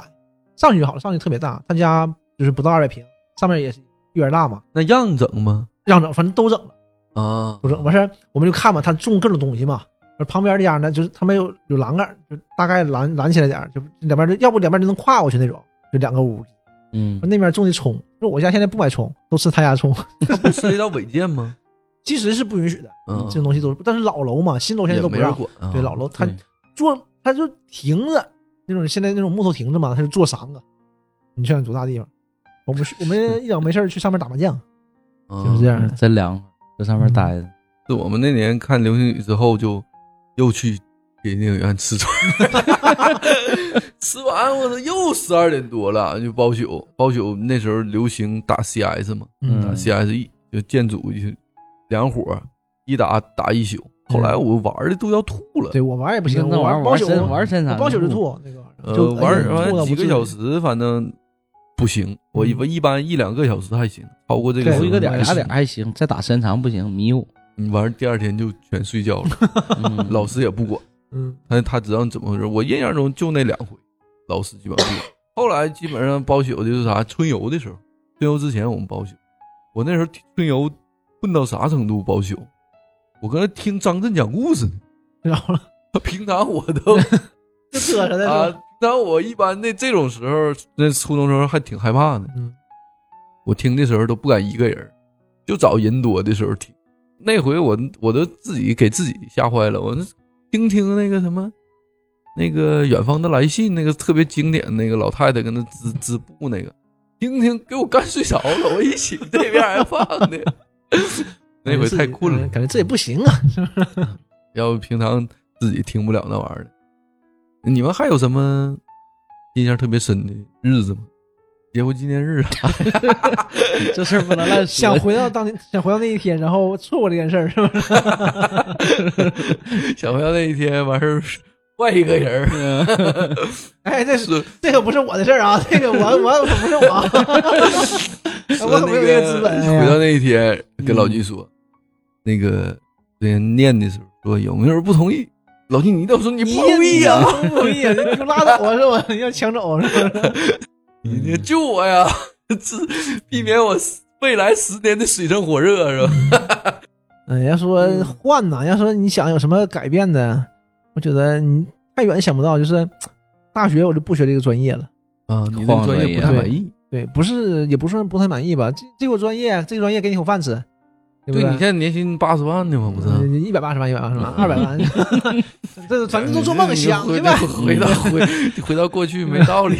Speaker 2: 上去就好了，上去特别大，他家就是不到二百平，上面也是一边大嘛，
Speaker 1: 那让整吗？
Speaker 2: 让整反正都整了，
Speaker 1: 啊，
Speaker 2: 都整完事儿我们就看嘛，他种各种东西嘛，而旁边这家呢就是他们有有栏杆儿，就大概拦拦起来点儿，就两边就要不两边就能跨过去那种，就两个屋，
Speaker 3: 嗯
Speaker 2: 那边种的葱，说我家现在不买葱，都吃他家葱，
Speaker 1: 他不涉及到违建 吗？
Speaker 2: 其实是不允许的，
Speaker 1: 嗯，
Speaker 2: 这种东西都是，但是老楼嘛，新楼现在
Speaker 1: 也
Speaker 2: 都不
Speaker 1: 没人
Speaker 2: 让。
Speaker 1: 管啊，
Speaker 2: 对老楼，他
Speaker 3: 对
Speaker 2: 做他就亭子那种现在那种木头亭子嘛，他就做三个。你想想多大地方？我们是我们一整没事儿去上面打麻将，
Speaker 1: 嗯
Speaker 2: 就是这样的。
Speaker 3: 真凉快，在上面待着。
Speaker 1: 是我们那年看流星雨之后，就又去给电影院吃串儿， 吃完我操又十二点多了，就包宿。包宿那时候流行打 CS 嘛，
Speaker 2: 嗯，
Speaker 1: 打 CSE E，就建组就两伙儿一打打一宿，后来我玩的都要吐了。
Speaker 2: 嗯对我玩儿也不行，
Speaker 3: 那
Speaker 2: 我
Speaker 3: 玩意儿
Speaker 2: 包
Speaker 3: 玩
Speaker 2: 宿
Speaker 3: 真玩真啥？
Speaker 2: 我包宿就，吐那个玩意
Speaker 1: 啊
Speaker 2: 儿，
Speaker 1: 呃
Speaker 2: 就，
Speaker 1: 玩儿
Speaker 2: 哎呀吐
Speaker 1: 完
Speaker 2: 到
Speaker 1: 几个
Speaker 2: 不至于
Speaker 1: 小时，反正不行。我一
Speaker 2: 嗯
Speaker 1: 一般一两个小时还行，超过这个
Speaker 2: 对
Speaker 3: 头一个点儿
Speaker 1: 时
Speaker 3: 俩
Speaker 1: 候
Speaker 3: 点儿，还行，再打时间长不行，迷 糊。
Speaker 1: 你玩儿第二天就全睡 觉了，
Speaker 3: 嗯
Speaker 1: 老师也不管。
Speaker 2: 嗯，
Speaker 1: 但是他知道你怎么回事。我印象中就那两回，老师基本上不管。后来基本上包宿就是啥春游的时候，春游之前我们包宿，我那时候春游混到啥程度包宿，我搁那听张震讲故事呢。
Speaker 2: 然 后
Speaker 1: 平常我都
Speaker 2: 就嘚瑟
Speaker 1: 啊，
Speaker 2: 的，
Speaker 1: 平常我一般那这种时候，那初中时候还挺害怕的。
Speaker 2: 嗯，
Speaker 1: 我听的时候都不敢一个人儿，就找人多的时候听。那回我我都自己给自己吓坏了，我听听那个什么，那个远方的来信，那个特别经典，那个老太太跟那织织布那个，听听给我干睡着了，我一醒这边还放呢， 那回太困了，
Speaker 2: 感觉这也不行 啊，是不是？
Speaker 1: 要不平常自己听不了那玩意儿的。你们还有什么印象特别深的日子吗？结婚纪念日啊，
Speaker 3: 这事儿不能乱
Speaker 2: 想
Speaker 3: 说。
Speaker 2: 回到当年，想回到那一天，然后错过这件事儿，是不是？
Speaker 1: 想不到那一天完事儿换一个人
Speaker 2: 啊
Speaker 1: 儿，
Speaker 2: 哎，这
Speaker 1: 是
Speaker 2: 这个不是我的事儿啊，这个我我可不是我， 我
Speaker 1: 说那
Speaker 2: 可没有这个资本。嗯哎 呀
Speaker 1: 回到那一天，跟老季说，那个之前念的时候说有没有人不同意？老季你倒
Speaker 2: 啊
Speaker 1: 说你不同意啊呀、
Speaker 2: 你不同意，你给我拉倒啊，是吧？ 你要抢走是 不是？
Speaker 1: 你你救我呀， 这避免我未来十年的水深火热是吧？
Speaker 2: 嗯，要说换呢，要说你想有什么改变的，我觉得你太远想不到，就是大学我就不学这个专业了。
Speaker 1: 啊，你
Speaker 3: 晃
Speaker 1: 对专业不太
Speaker 2: 了
Speaker 1: 满意
Speaker 2: 对，不是也不算不太满意吧？这这个专业，这个专业给你口饭吃，对不嗯
Speaker 1: 你现在年薪八十万呢吗？不是，啊
Speaker 2: 一百八十万，一百八十万，二百万，哎这反正都做梦 想，
Speaker 1: 回
Speaker 2: 对吧？
Speaker 1: 回到回 回到过去没道 理。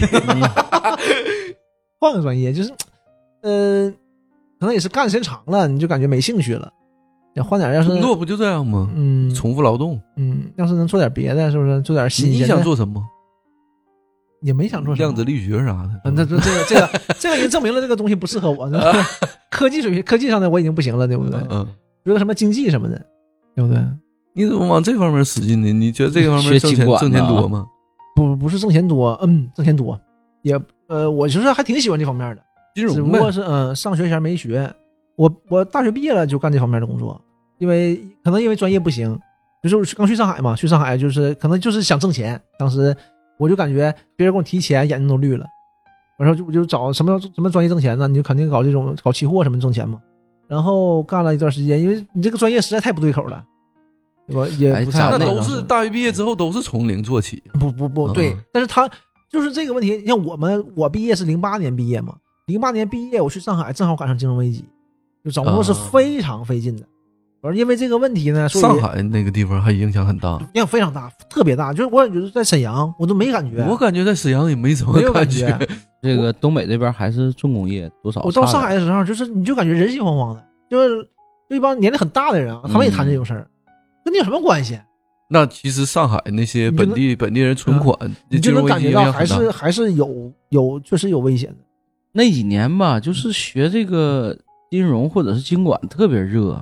Speaker 2: 换个专业，就是，呃，可能也是干时间长了，你就感觉没兴趣了，想换点儿要是
Speaker 1: 工作不就这样吗？
Speaker 2: 嗯
Speaker 1: 重复劳动，
Speaker 2: 嗯，要是能做点别的，是不是做点新
Speaker 1: 你
Speaker 2: 鲜的？
Speaker 1: 想做什么？
Speaker 2: 也没想做什么
Speaker 1: 量子力学啥的。
Speaker 2: 啊，那这这个这个这个已经证明了这个东西不适合我，对吧科技水平科技上的我已经不行了，对不对？比
Speaker 1: 嗯，
Speaker 2: 如说什么经济什么的，对不对？
Speaker 1: 你怎么往这方面使劲呢？你觉得这方面
Speaker 3: 学
Speaker 1: 挣
Speaker 3: 气
Speaker 1: 钱
Speaker 3: 管
Speaker 1: 挣钱
Speaker 3: 呢
Speaker 1: 多吗？
Speaker 2: 不不是挣钱多，嗯，挣钱多，也呃，我其实还挺喜欢这方面的，
Speaker 1: 金
Speaker 2: 只
Speaker 1: 融
Speaker 2: 不
Speaker 1: 呗
Speaker 2: 过，是嗯，上学前没学，我我大学毕业了就干这方面的工作，因为可能因为专业不行，就是刚去上海嘛，去上海就是可能就是想挣钱，当时我就感觉别人跟我提钱，眼睛都绿了，完事儿就我就找什么什么专业挣钱呢？你就肯定搞这种搞期货什么挣钱嘛，然后干了一段时间，因为你这个专业实在太不对口了，对吧？也
Speaker 3: 哎
Speaker 2: 不太好
Speaker 1: 那都
Speaker 2: 弄当
Speaker 1: 是
Speaker 2: 时
Speaker 1: 大学毕业之后都是从零做起。
Speaker 2: 不不不对，
Speaker 1: 嗯
Speaker 2: 但是他就是这个问题。像我们，我毕业是零八年毕业嘛，零八年毕业我去上海，正好赶上金融危机，就找工作是
Speaker 1: 啊
Speaker 2: 非常费劲的。而因为这个问题呢，所以
Speaker 1: 上海那个地方还影响很大，
Speaker 2: 影响非常大，特别大。就是我感觉在沈阳，我都没感觉，
Speaker 1: 我感觉在沈阳也没什么
Speaker 2: 啊没有感
Speaker 1: 觉。
Speaker 2: 觉。啊
Speaker 3: 这个东北这边还是重工业多少？
Speaker 2: 我到上海，的时候，就是你就感觉人心惶惶的，就是就一帮年龄很大的人啊，他们也谈这种事儿，
Speaker 1: 嗯
Speaker 2: 跟你有什么关系？
Speaker 1: 那其实上海那些
Speaker 2: 你就
Speaker 1: 本
Speaker 2: 能嗯
Speaker 1: 地本地人存款，
Speaker 2: 你就
Speaker 1: 金融
Speaker 2: 能
Speaker 1: 危
Speaker 2: 感
Speaker 1: 机
Speaker 2: 觉
Speaker 1: 影
Speaker 2: 到
Speaker 1: 响
Speaker 2: 还
Speaker 1: 很大。
Speaker 2: 是还是有有确实有危险的。
Speaker 3: 那几年吧，就是学这个金融或者是经管特别热，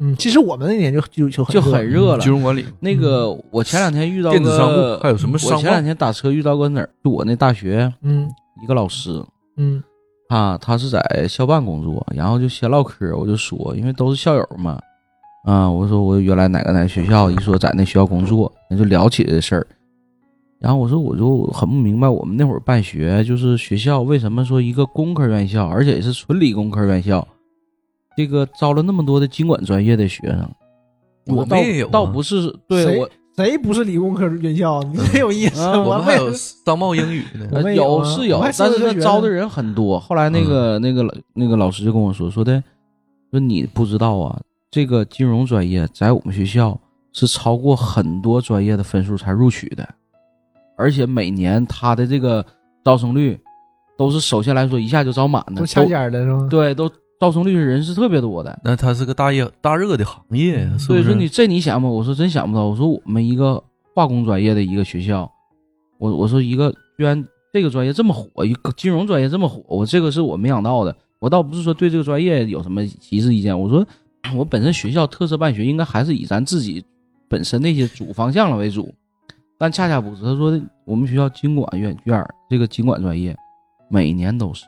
Speaker 2: 嗯，其实我们那年就就就很
Speaker 3: 就很热了
Speaker 1: 金。融管理、
Speaker 3: 那个我前两天遇到
Speaker 1: 电子商务
Speaker 3: 个，
Speaker 1: 还有什么商
Speaker 3: 我前两
Speaker 1: 贸？
Speaker 3: 天打车遇到个哪儿？就我那大学
Speaker 2: 嗯
Speaker 3: 一个老师，
Speaker 2: 嗯
Speaker 3: 他啊他是在校办工作，然后就先唠嗑儿，我就说，因为都是校友嘛，啊，我说我原来哪个哪个学校，一说在那学校工作，那就聊起这事儿。然后我说，我就很不明白，我们那会儿办学，就是学校为什么说一个工科院校，而且是纯理工科院校，这个招了那么多的经管专业的学生，
Speaker 1: 我
Speaker 3: 倒
Speaker 1: 们也有啊
Speaker 3: 倒不是
Speaker 2: 谁
Speaker 3: 对我
Speaker 2: 谁不是理工科院校？ 你这有意思，
Speaker 3: 啊
Speaker 1: 我们还
Speaker 2: 没
Speaker 1: 有商贸英语呢。
Speaker 2: 我
Speaker 3: 呃
Speaker 2: 们有啊
Speaker 3: 有是
Speaker 2: 我
Speaker 3: 有
Speaker 2: 还，
Speaker 3: 但
Speaker 2: 搜
Speaker 3: 是
Speaker 2: 着
Speaker 3: 他
Speaker 2: 学
Speaker 3: 招的
Speaker 2: 呢
Speaker 3: 人很多。嗯后来那个、那个老那个老师就跟我说说的，说你不知道啊，这个金融专业在我们学校是超过很多专业的分数才录取的，而且每年他的这个招生率都是首先来说一下就招满的，
Speaker 2: 都掐
Speaker 3: 都
Speaker 2: 尖儿的是吗？
Speaker 3: 对，都招生率人是特别多的。
Speaker 1: 那它是个大热大热的行业，是
Speaker 3: 所
Speaker 1: 不嗯
Speaker 3: 以
Speaker 1: 是？
Speaker 3: 说你这你想吗？我说真想不到，我说我们一个化工专业的一个学校，我我说一个居然这个专业这么火，一个金融专业这么火，我这个是我没想到的。我倒不是说对这个专业有什么歧视意见，我说我本身学校特色办学应该还是以咱自己本身那些主方向了为主，但恰恰不是。他说的我们学校经管院院儿这个经管专业，每年都是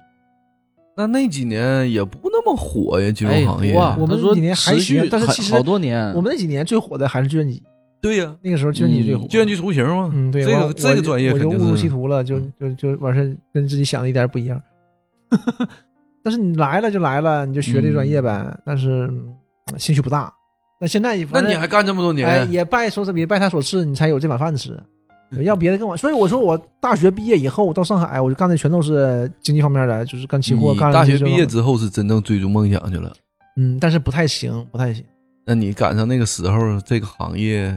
Speaker 1: 那那几年也不那么火呀，金融行业。
Speaker 3: 哎哇
Speaker 2: 我们
Speaker 3: 他说
Speaker 2: 那几年还
Speaker 3: 持
Speaker 2: 行
Speaker 3: 续
Speaker 2: 但是
Speaker 3: 很
Speaker 2: 其实
Speaker 3: 好多年，
Speaker 2: 我们那几年最火的还是计算机，
Speaker 1: 对呀、
Speaker 2: 那个时候计算机最火。
Speaker 3: 嗯
Speaker 1: 计算机图形嘛，
Speaker 2: 嗯，对，
Speaker 1: 这
Speaker 2: 完
Speaker 1: 个
Speaker 2: 我
Speaker 1: 这个专业
Speaker 2: 我
Speaker 1: 肯
Speaker 2: 就
Speaker 1: 定
Speaker 2: 误
Speaker 1: 是嗯
Speaker 2: 入歧途了，就就就完事儿跟自己想的一点儿不一样。 但是你来了就来了，你就学这专业呗，但是嗯兴趣不大。那现在
Speaker 1: 那
Speaker 2: 反正
Speaker 1: 你还干这么多年？
Speaker 2: 哎，也拜说是也拜他所赐，你才有这碗饭吃。
Speaker 1: 嗯
Speaker 2: 要别的跟我，所以我说我大学毕业以后到上海，我就干的全都是经济方面的，就是干期货，
Speaker 1: 你
Speaker 2: 干
Speaker 1: 大学
Speaker 2: 这些
Speaker 1: 毕业之后是真正追逐梦想去了。
Speaker 2: 嗯，但是不太行，不太行。
Speaker 1: 那你赶上那个时候，这个行业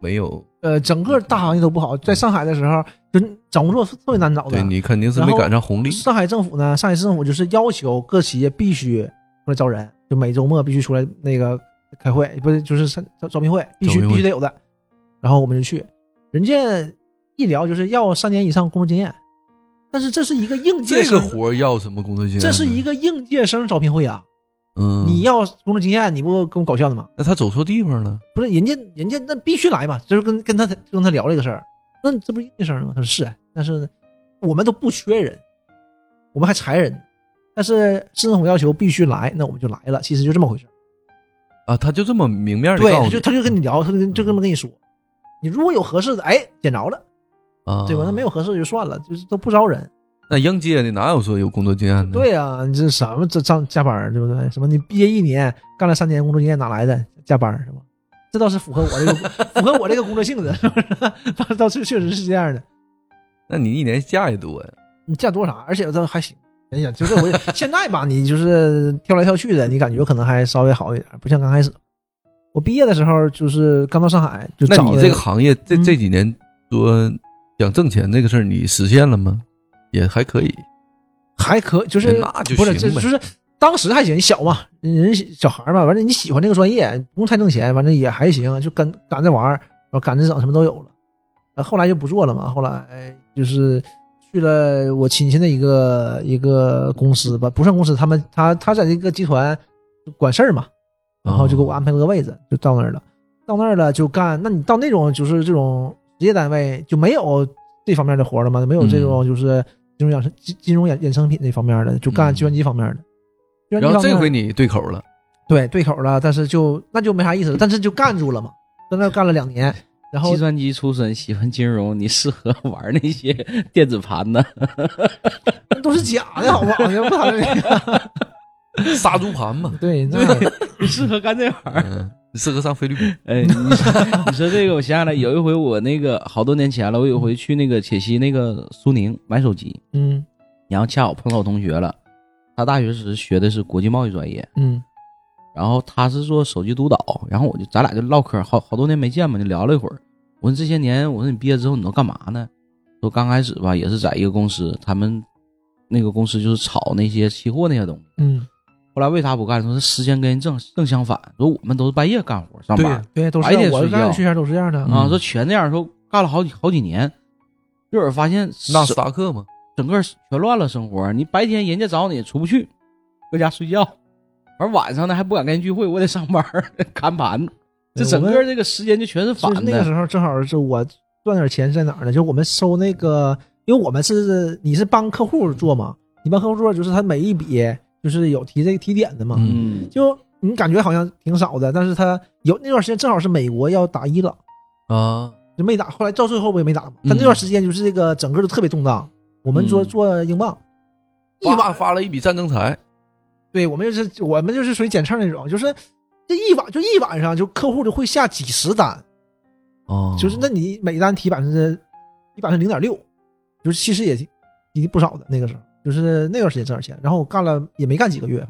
Speaker 1: 没有，
Speaker 2: 呃，整
Speaker 1: 嗯
Speaker 2: 个大行业都不好，在上海的时候，就找工作是特别难找的
Speaker 1: 对。你肯定是没
Speaker 2: 然后
Speaker 1: 赶上红利。
Speaker 2: 上海政府呢，上海市政府就是要求各企业必须出来招人，就每周末必须出来那个开会，不是就是上招招聘会，必
Speaker 1: 招
Speaker 2: 须
Speaker 1: 聘会
Speaker 2: 必须得有的。然后我们就去，人家一聊就是要三年以上工作经验，但是这是一个应届
Speaker 1: 这个
Speaker 2: 生，
Speaker 1: 活儿要什么工作经验呢？
Speaker 2: 这是一个应届生招聘会啊！
Speaker 1: 嗯，
Speaker 2: 你要工作经验，你不跟我搞笑呢吗？
Speaker 1: 那他走错地方了。
Speaker 2: 不是人家人家那必须来嘛，就是跟跟他跟他聊这个事儿，那这不是应届生吗？他说是，啊但是呢我们都不缺人，我们还裁人，但是市政府要求必须来，那我们就来了，其实就这么回事儿。
Speaker 1: 啊，他就这么明面的
Speaker 2: 对，
Speaker 1: 告诉
Speaker 2: 他
Speaker 1: 你
Speaker 2: 就他就跟你聊，他就跟就这么跟你说，你如果有合适的，哎，捡着了，
Speaker 1: 啊，
Speaker 2: 对吧？那没有合适的就算了，就是都不招人。
Speaker 1: 那应届的哪有说有工作经验的？，
Speaker 2: 对啊，你这什么这上加班儿对不对？什么你毕业一年干了三年工作经验哪来的加班儿是吧？这倒是符合我这个符合我这个工作性质，是不是？倒是确实是这样的。
Speaker 1: 那你一年假也多呀。啊
Speaker 2: 你价多啥？而且这还行，哎呀，就是我也现在吧，你就是跳来跳去的，你感觉可能还稍微好一点，不像刚开始。我毕业的时候就是刚到上海，就
Speaker 1: 那
Speaker 2: 找
Speaker 1: 你
Speaker 2: 了
Speaker 1: 这个行业这
Speaker 2: 嗯
Speaker 1: 这几年说想挣钱这个事儿，你实现了吗？也还可以，
Speaker 2: 还可就是
Speaker 1: 那就
Speaker 2: 不是
Speaker 1: 行
Speaker 2: 这
Speaker 1: 呗
Speaker 2: 就是当时还行，你小嘛，人小孩嘛，完了你喜欢这个专业，不用太挣钱，完了也还行，就跟赶着玩儿，然后赶着整什么都有了。呃后来就不做了嘛，后来就是去了我亲戚的一个一个公司吧，不算公司，他们他他在这个集团管事儿嘛，然
Speaker 1: 哦
Speaker 2: 后就给我安排了个位置，就到那儿了。到那儿了就干，那你到那种就是这种职业单位就没有这方面的活了吗？没有这种就是金融衍生金金融衍衍生品这方面的，就干
Speaker 1: 嗯
Speaker 2: 计算机方面的。计算机
Speaker 1: 然后
Speaker 2: 方面
Speaker 1: 这回你对口了，
Speaker 2: 对对口了，但是就那就没啥意思了，但是就干住了嘛，在那儿干了两年，然后
Speaker 3: 计算机出身，喜欢金融，你适合玩那些电子盘呢？
Speaker 2: 都是假 的，好不哎好？不谈这个。，
Speaker 1: 杀猪盘嘛
Speaker 2: 对，那
Speaker 3: 你 适合干这玩意儿。
Speaker 1: 嗯，你适合上菲律宾，
Speaker 3: 哎，你说你说这个，我想起来有一回，我那个好多年前了，我有一回去那个铁西那个苏宁买手机，
Speaker 2: 嗯
Speaker 3: 然后恰好碰到我同学了，他大学时学的是国际贸易专业，
Speaker 2: 嗯
Speaker 3: 然后他是做手机督导，然后我就咱俩就唠嗑，好好多年没见嘛，就聊了一会儿。我说这些年，我说你毕业之后你都干嘛呢？说刚开始吧，也是在一个公司，他们那个公司就是炒那些期货那些东西。
Speaker 2: 嗯，
Speaker 3: 后来为啥不干？说是时间跟人正正相反，说我们都是半夜干活上班，
Speaker 2: 对，都是
Speaker 3: 白天
Speaker 2: 我
Speaker 3: 睡
Speaker 2: 干
Speaker 3: 觉
Speaker 2: 的去前都是这样的。
Speaker 1: 嗯
Speaker 3: 啊，说全这样，说干了好几好几年，一会儿发现
Speaker 1: 纳斯
Speaker 3: 整
Speaker 1: 达克嘛，
Speaker 3: 整个全乱了生活。你白天人家找你出不去，搁家睡觉，完晚上呢还不敢跟人聚会，我得上班儿 看盘。这整个这个时间就全是反
Speaker 2: 哎就是那个
Speaker 3: 的。
Speaker 2: 时候正好是我赚点钱是在哪儿呢？就我们收那个，因为我们是你是帮客户做嘛，你帮客户做就是他每一笔就是有提这个提点的嘛，
Speaker 1: 嗯
Speaker 3: 嗯，
Speaker 2: 就你感觉好像挺少的，但是他有那段时间正好是美国要打伊朗，
Speaker 1: 啊，
Speaker 2: 就没打，后来到最后不也没打嘛。
Speaker 3: 嗯
Speaker 2: 但那段时间就是这个整个都特别动荡，我们做
Speaker 3: 嗯
Speaker 2: 做英镑，一
Speaker 1: 发
Speaker 2: 晚
Speaker 1: 发了一笔战争财，
Speaker 2: 对我们就是我们就是属于捡秤那种，就是这一晚就一晚上就客户就会下几十单。
Speaker 1: 哦，
Speaker 2: 就是那你每单提百分之，一百分之零点六，就是其实也提不少的那个时候，就是那段时间挣点钱，然后我干了也没干几个月。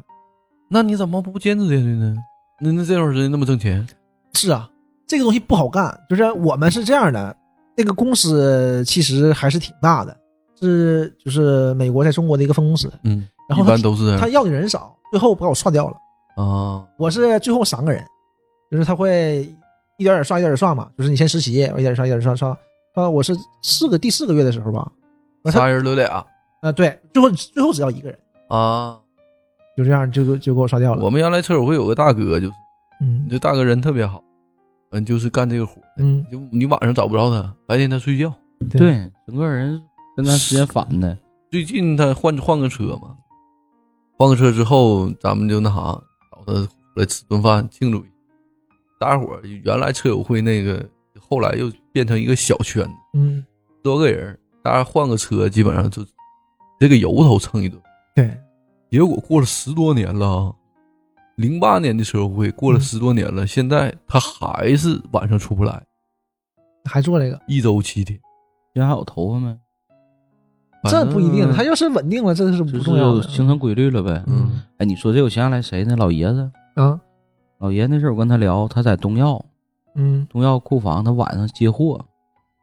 Speaker 1: 那你怎么不坚持下去呢？那那这段时间那么挣钱，
Speaker 2: 是啊，这个东西不好干，就是我们是这样的，那个公司其实还是挺大的，是就是美国在中国的一个分公司，
Speaker 1: 嗯，
Speaker 2: 然后
Speaker 1: 一
Speaker 2: 他
Speaker 1: 般都是这
Speaker 2: 他
Speaker 1: 样
Speaker 2: 要的人少，最后把我刷掉了。
Speaker 1: 啊，
Speaker 2: 我是最后三个人，就是他会一点点刷，一点点刷嘛，就是你先实习，我一点点刷，一点点刷刷刷，我是四个第四个月的时候吧，他
Speaker 1: 仨人留俩
Speaker 2: 啊，对，最后最后只要一个人，
Speaker 1: 啊。
Speaker 2: 就这样就给就给我刷掉了。
Speaker 1: 我们原来车友会有个大哥，就是
Speaker 2: 嗯
Speaker 1: 这大哥人特别好，嗯，就是干这个活，
Speaker 2: 嗯，
Speaker 1: 就你晚上找不着他，白天他睡觉。
Speaker 3: 对，整个人跟咱时间反的。
Speaker 1: 最近他换换个车嘛，换个车之后，咱们就那啥，找他过来吃顿饭庆祝一下。大家伙儿原来车友会那个，后来又变成一个小圈子，
Speaker 2: 嗯，
Speaker 1: 十多个人，大家换个车，基本上就这个由头蹭一顿。
Speaker 2: 对，
Speaker 1: 结果过了十多年了啊，零八年的车友会过了十多年了，现在他还是晚上出不来，
Speaker 2: 还做这个，
Speaker 1: 一周七天。
Speaker 3: 现在还有头发没？
Speaker 1: 反
Speaker 2: 这
Speaker 1: 正
Speaker 2: 不一定，他要是稳定了，这是不
Speaker 3: 就
Speaker 2: 重要
Speaker 3: 是形
Speaker 2: 的。
Speaker 3: 成规律了呗。
Speaker 1: 嗯
Speaker 3: 哎，你说这我想起来谁呢？老爷子，
Speaker 2: 啊，
Speaker 3: 老爷那阵儿我跟他聊，他在东药，
Speaker 2: 嗯
Speaker 3: 中药库房，他晚上接货，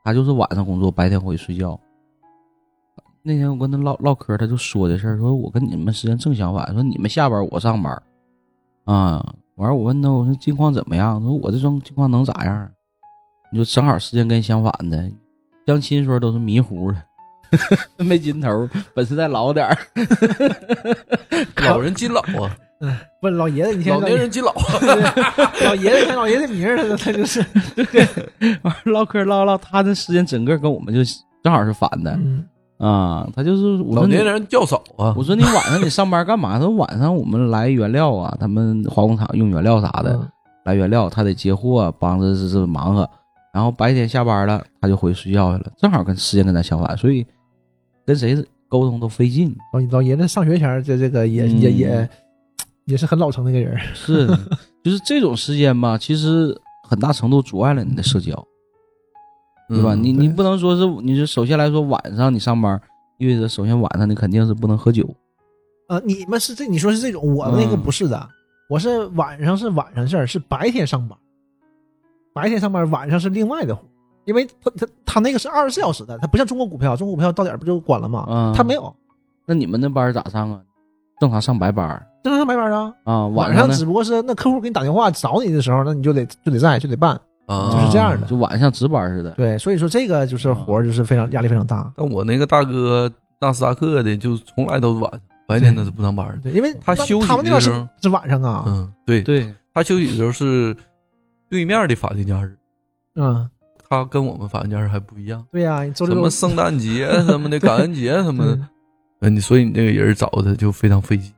Speaker 3: 他就是晚上工作，白天回去睡觉。那天我跟他唠唠嗑，他就说这事儿，说我跟你们时间正相反，说你们下班我上班，啊，完了我问他，我说近况怎么样？他说我这种近况能咋样？啊你就正好时间跟相反的，相亲时候都是迷糊的， 没劲头，本事再老点儿。
Speaker 1: 老人金老啊，
Speaker 2: 问老爷子，你
Speaker 1: 老
Speaker 2: 先
Speaker 1: 年人金老啊。
Speaker 2: 老爷子，老爷子名儿，他他就是，
Speaker 3: 完了唠嗑唠唠，他这时间整个跟我们就正好是反的
Speaker 2: 嗯
Speaker 3: 啊、他就是我说
Speaker 1: 老
Speaker 3: 你
Speaker 1: 年人较少啊
Speaker 3: 我。说你晚上你上班干嘛？他说晚上我们来原料啊，他们化工厂用原料啥
Speaker 1: 嗯
Speaker 3: 的，
Speaker 2: 嗯
Speaker 3: 来原料，他得接货，帮着这这忙活。然后白天下班了，他就回去睡觉去了，正好跟时间跟咱相反，所以跟谁沟通都 费劲。
Speaker 2: 老老爷子上学前儿，这这个也
Speaker 3: 嗯
Speaker 2: 也也也是很老成的一个人儿。
Speaker 3: 是，就是这种时间吧，其实很大程度阻碍了你的社交，对吧？
Speaker 1: 嗯
Speaker 3: 你你
Speaker 2: 对
Speaker 3: 不能说是，你就首先来说晚上你上班，意味着首先晚上你肯定是不能喝酒，
Speaker 2: 呃，你们是这你说是这种，我们
Speaker 1: 嗯
Speaker 2: 那个不是的，我是晚上是晚上事儿，是白天上班，白天上班，晚上是另外的活，因为他他他那个是二十四小时的，他不像中国股票，中国股票到点儿不就关了吗？
Speaker 1: 嗯
Speaker 3: 啊，
Speaker 2: 他没有，
Speaker 3: 那你们那班儿咋上啊？正常上白班儿
Speaker 2: 正常上白班啊，
Speaker 3: 啊，
Speaker 2: 晚
Speaker 3: 上
Speaker 2: 上
Speaker 3: 呢
Speaker 2: 只不过是那客户给你打电话找你的时候，那你就得就得在就得办，
Speaker 1: 啊，
Speaker 2: 就是这样的
Speaker 3: 啊就晚上值班似的。
Speaker 2: 对，所以说这个
Speaker 1: 嗯
Speaker 2: 就是活儿就是非常压力非常大，
Speaker 1: 但我那个大哥纳斯达克的，就从来都晚，白天他是不上班的。
Speaker 2: 对，因为
Speaker 1: 他休息
Speaker 2: 他们那边是
Speaker 1: 的时候
Speaker 2: 是晚上啊，
Speaker 1: 嗯，对，
Speaker 3: 对，
Speaker 1: 他休息的时候是对面的法定假日，
Speaker 2: 嗯，
Speaker 1: 他跟我们法定假日还不一样，
Speaker 2: 对呀，你周
Speaker 1: 什
Speaker 2: 六
Speaker 1: 么圣诞节什么的，感恩节什么
Speaker 2: 嗯
Speaker 1: 的，嗯，你所以你这个人找他就非常费劲。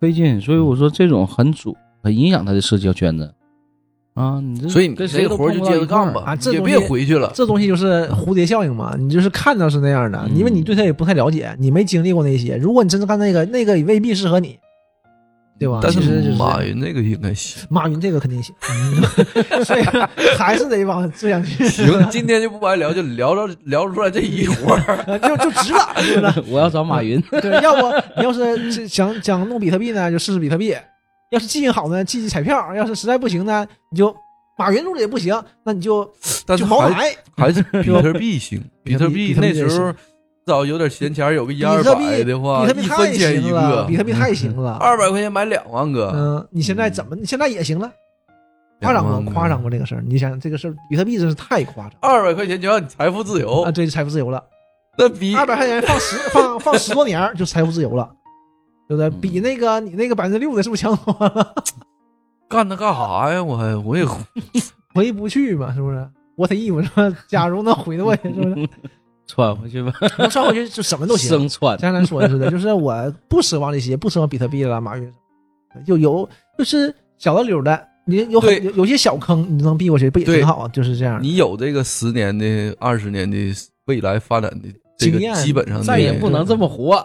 Speaker 3: 费劲。所以我说这种很主很影响他的社交圈子啊。你
Speaker 2: 嗯
Speaker 3: 这
Speaker 1: 所以你
Speaker 3: 跟
Speaker 1: 这
Speaker 3: 谁都
Speaker 1: 活儿
Speaker 3: 碰
Speaker 1: 就
Speaker 3: 不到
Speaker 1: 接着
Speaker 3: 一块儿
Speaker 1: 干吧，
Speaker 2: 啊这
Speaker 1: 也
Speaker 2: 东
Speaker 1: 别
Speaker 2: 西
Speaker 1: 回去了。
Speaker 2: 这东西就是蝴蝶效应嘛，你就是看到是那样的，
Speaker 3: 嗯
Speaker 2: 因为你对它也不太了解，你没经历过那些。如果你真正干那个，那个也未必适合你，对吧？
Speaker 1: 但
Speaker 2: 其实就是
Speaker 1: 马云那个应该 行。
Speaker 2: 马云这个肯定行，所以还是得往这样去，
Speaker 1: 行，今天就不白聊，就聊到聊出来这一活儿。
Speaker 2: 就就值了，对吧？
Speaker 3: 我要找马云，
Speaker 2: 对，要不你要是这想想弄比特币呢，就试试比特币；要是记性好呢，记记彩票；要是实在不行呢，你就马云录的也不行，那你就
Speaker 1: 但
Speaker 2: 就是茅
Speaker 1: 还
Speaker 2: 台。
Speaker 1: 还 是比特币行，比特币
Speaker 2: 比特币
Speaker 1: 那时候
Speaker 2: 也
Speaker 1: 至少有点闲钱儿，有个一
Speaker 2: 比
Speaker 1: 二
Speaker 2: 特币
Speaker 1: 百的话，啊
Speaker 2: 比特
Speaker 1: 一
Speaker 2: 币
Speaker 1: 分
Speaker 2: 太
Speaker 1: 钱一
Speaker 2: 行了，
Speaker 1: 个嗯
Speaker 2: 比，特币太行了。
Speaker 1: 二百块钱买两万个，
Speaker 2: 嗯，你现在怎么？你现在也行了，夸
Speaker 1: 两
Speaker 2: 张
Speaker 1: 万
Speaker 2: 过
Speaker 1: 个
Speaker 2: 夸张过这个事儿。你想想这个事儿，比特币真是太夸张
Speaker 1: 二百块钱就让你财富自由
Speaker 2: 啊！，对，财富自由了，
Speaker 1: 那比
Speaker 2: 二百块钱放十放放十多年儿就财富自由了，对不对？
Speaker 3: 嗯
Speaker 2: 比那个你那个百分之六的是不是强多了？
Speaker 1: 干它干啥呀？我还我也
Speaker 2: 嗯回不去嘛，是不是？What if 是吧？假如能回得过去，是不是？
Speaker 3: 窜回去吧，
Speaker 2: 能穿回去就什么 都行。
Speaker 3: 生窜。
Speaker 2: 像咱说的似的，就是我不奢望这些，不奢望比特币了，马云，就有就是小的溜的，你有
Speaker 1: 对
Speaker 2: 很有有些小坑，你能避过去，不也
Speaker 1: 对
Speaker 2: 挺好啊？就是这样的。
Speaker 1: 你有这个十年的、二十年的未来发展的这个
Speaker 2: 经验
Speaker 1: 基本上的
Speaker 3: 再也不能这么活，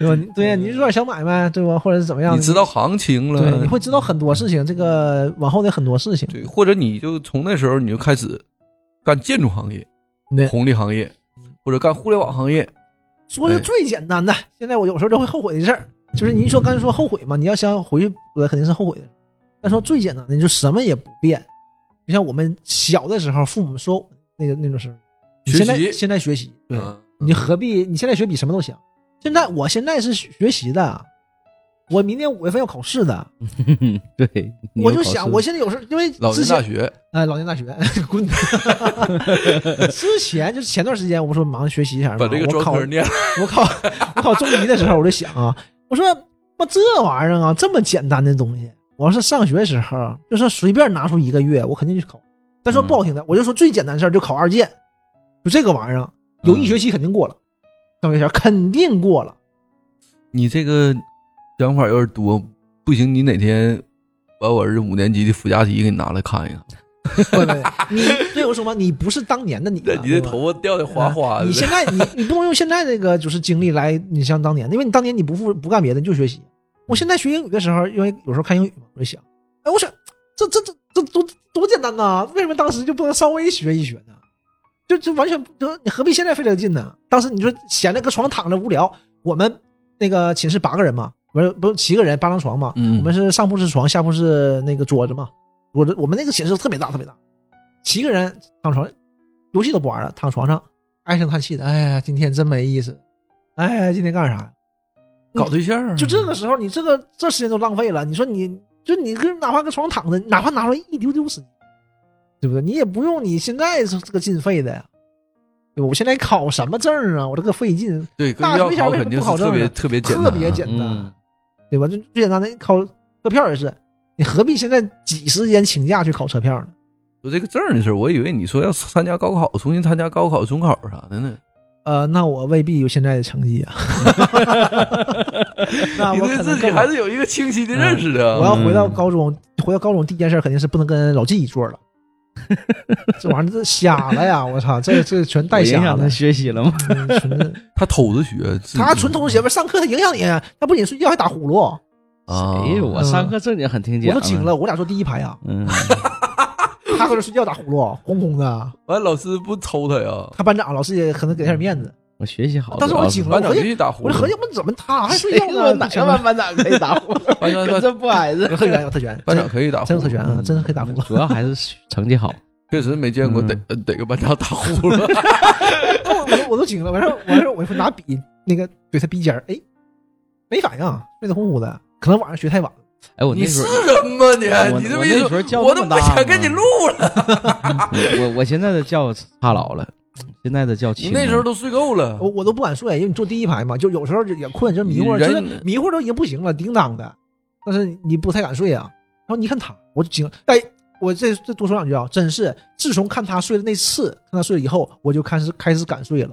Speaker 2: 对吧？你对呀，你就做点小买卖，对吧？或者是怎么样？
Speaker 1: 你知道行情
Speaker 2: 对，你
Speaker 1: 了，
Speaker 2: 会知道很多事情，这个往后的很多事情。
Speaker 1: 对，或者你就从那时候你就开始干建筑行业、
Speaker 2: 对，
Speaker 1: 红利行业，或者干互联网行业，
Speaker 2: 说的最简单的，现在我有时候就会后悔的事儿，就是你一说刚才说后悔嘛，你要想回去，我肯定是后悔的。但说最简单的，你就什么也不变，就像我们小的时候，父母说那个那种事儿，你
Speaker 1: 学
Speaker 2: 现在
Speaker 1: 习
Speaker 2: 现在学习，对，
Speaker 1: 嗯
Speaker 2: 你何必？你现在学比什么都强。现在我现在是学习的，我明年五月份要考试的，
Speaker 3: 对，你
Speaker 2: 我
Speaker 3: 又
Speaker 2: 就
Speaker 3: 考
Speaker 2: 想，
Speaker 3: 试
Speaker 2: 我现在有时候因为
Speaker 1: 老
Speaker 2: 之
Speaker 1: 年
Speaker 2: 前
Speaker 1: 大学，
Speaker 2: 哎，老年大学， 滚！之前就是前段时间，我不是忙着学习一下嘛，
Speaker 1: 把这个
Speaker 2: 我
Speaker 1: 专
Speaker 2: 考
Speaker 1: 科念了，
Speaker 2: 我考我考中医的时候，我就想啊，我说妈这玩意儿啊，这么简单的东西，我要是上学时候，就是随便拿出一个月，我肯定去考。但说不好
Speaker 1: 嗯
Speaker 2: 听的，我就说最简单的事儿就考二建，就这个玩意儿，有
Speaker 1: 嗯
Speaker 2: 一学期肯定过了，上学前肯定过了。
Speaker 1: 你这个想法有点多，不行，你哪天把我儿子五年级的附加题给你拿来看一看，
Speaker 2: 不不， 不你对我说嘛，你不是当年的你了，
Speaker 1: 你这
Speaker 2: 对吧
Speaker 1: 头发掉的哗哗
Speaker 2: 啊
Speaker 1: 的。
Speaker 2: 你现在你你不能用现在这个就是经历来，你像当年，因为你当年你不复不干别的，你就学习。我现在学英语的时候，因为有时候看英语嘛，我就想，哎，我想这这这这多多简单呐、为什么当时就不能稍微学一学呢？就就完全不，就你何必现在费这个劲呢？当时你说闲着搁床上躺着无聊，我们那个寝室八个人嘛，不是不是七个人八张床嘛，
Speaker 1: 嗯
Speaker 2: 我们是上铺是床，下铺是那个桌子嘛。我这我们那个寝室特别大特别大，七个人躺床，游戏都不玩了，躺床上唉声叹气的，哎呀，今天真没意思，哎呀，今天干啥呀？
Speaker 1: 搞对象啊，
Speaker 2: 就这个时候，你这个这时间都浪费了。你说你就你跟哪怕搁床上躺着，哪怕拿出来一丢丢时间，对不对？你也不用你现在这这个劲费的呀，对吧？我现在考什么证啊？我这个费劲，
Speaker 1: 对，跟
Speaker 2: 大
Speaker 1: 要
Speaker 2: 学前
Speaker 1: 考
Speaker 2: 为
Speaker 1: 肯
Speaker 2: 什么
Speaker 1: 定
Speaker 2: 不
Speaker 1: 是
Speaker 2: 考证
Speaker 1: 特别
Speaker 2: 呢
Speaker 1: 特别简单啊，
Speaker 2: 特别简单，
Speaker 3: 嗯
Speaker 2: 对吧？就最简单的你考车票也是，你何必现在挤时间请假去考车票呢？
Speaker 1: 说这个证儿的事儿，我以为你说要参加高考，重新参加高考、中考啥的呢。
Speaker 2: 呃，那我未必有现在的成绩啊。 那
Speaker 1: 你
Speaker 2: 啊我
Speaker 1: 对
Speaker 2: 可
Speaker 1: 自
Speaker 2: 能
Speaker 1: 己
Speaker 2: 更嗯
Speaker 1: 还是有一个清晰的认识的
Speaker 2: 我
Speaker 1: 啊。
Speaker 2: 要回
Speaker 3: 嗯
Speaker 2: 到高中，回到高中第一件事肯定是不能跟老纪一桌了。 这玩意儿这瞎了呀！我操，这这全带
Speaker 3: 我影
Speaker 2: 瞎
Speaker 3: 响
Speaker 2: 了
Speaker 3: 他。 学习了吗？
Speaker 2: 嗯纯
Speaker 1: 他偷着学，自己
Speaker 2: 他纯同学们上课他影响你，啊他不仅睡觉还打呼噜。我
Speaker 1: 啊，
Speaker 3: 哎呦，我
Speaker 2: 嗯
Speaker 3: 上课正经很听讲，
Speaker 2: 都惊了，，我俩坐第一排啊，
Speaker 3: 嗯，
Speaker 2: 他搁这睡觉打呼噜，轰轰的。
Speaker 1: 完，老师不抽他呀？
Speaker 2: 他班长老师也可能给他点面子，
Speaker 3: 我学习好，
Speaker 2: 当时我惊 了
Speaker 1: 班长继续打呼
Speaker 2: 我
Speaker 1: 噜
Speaker 2: 这，合计，我怎么他还睡
Speaker 3: 谁
Speaker 2: 觉
Speaker 3: 知道
Speaker 2: 呢？
Speaker 3: 哪 个班班长可以打呼？
Speaker 1: 班长
Speaker 3: 可真不挨着。
Speaker 2: 特权有特权，
Speaker 1: 班长可以打呼
Speaker 2: 真有特
Speaker 1: 噜，
Speaker 2: 权啊，真是可以打呼。
Speaker 3: 主要还是成绩好，
Speaker 1: 确实没见过
Speaker 3: 嗯
Speaker 1: 逮呃逮个班长打呼 噜。
Speaker 2: 我我我都惊了，完事儿完事儿我就拿笔那个怼他鼻尖儿，哎，没反应，睡得呼呼的，可能晚上学太晚了。
Speaker 3: 哎，我那
Speaker 1: 你是
Speaker 3: 时候
Speaker 1: 人吗你
Speaker 3: 哎我？
Speaker 1: 你这么
Speaker 3: 我那
Speaker 1: 一
Speaker 3: 时候叫
Speaker 1: 我
Speaker 3: 那
Speaker 1: 都
Speaker 3: 么
Speaker 1: 不
Speaker 3: 大
Speaker 1: 想
Speaker 3: 吗
Speaker 1: 跟你录啊了。
Speaker 3: 我我现在的觉差老了，现在的觉
Speaker 1: 你
Speaker 3: 轻了。
Speaker 1: 那时候都睡够了
Speaker 2: 我，我都不敢睡，因为你坐第一排嘛，就有时候就也困，就迷糊，
Speaker 1: 人
Speaker 2: 真的迷糊都已经不行了，叮当的，但是你不太敢睡啊。然后你看他，我就惊了，哎，我这这多说两句啊，真是自从看他睡的那次，看他睡了以后，我就开始开始敢睡了。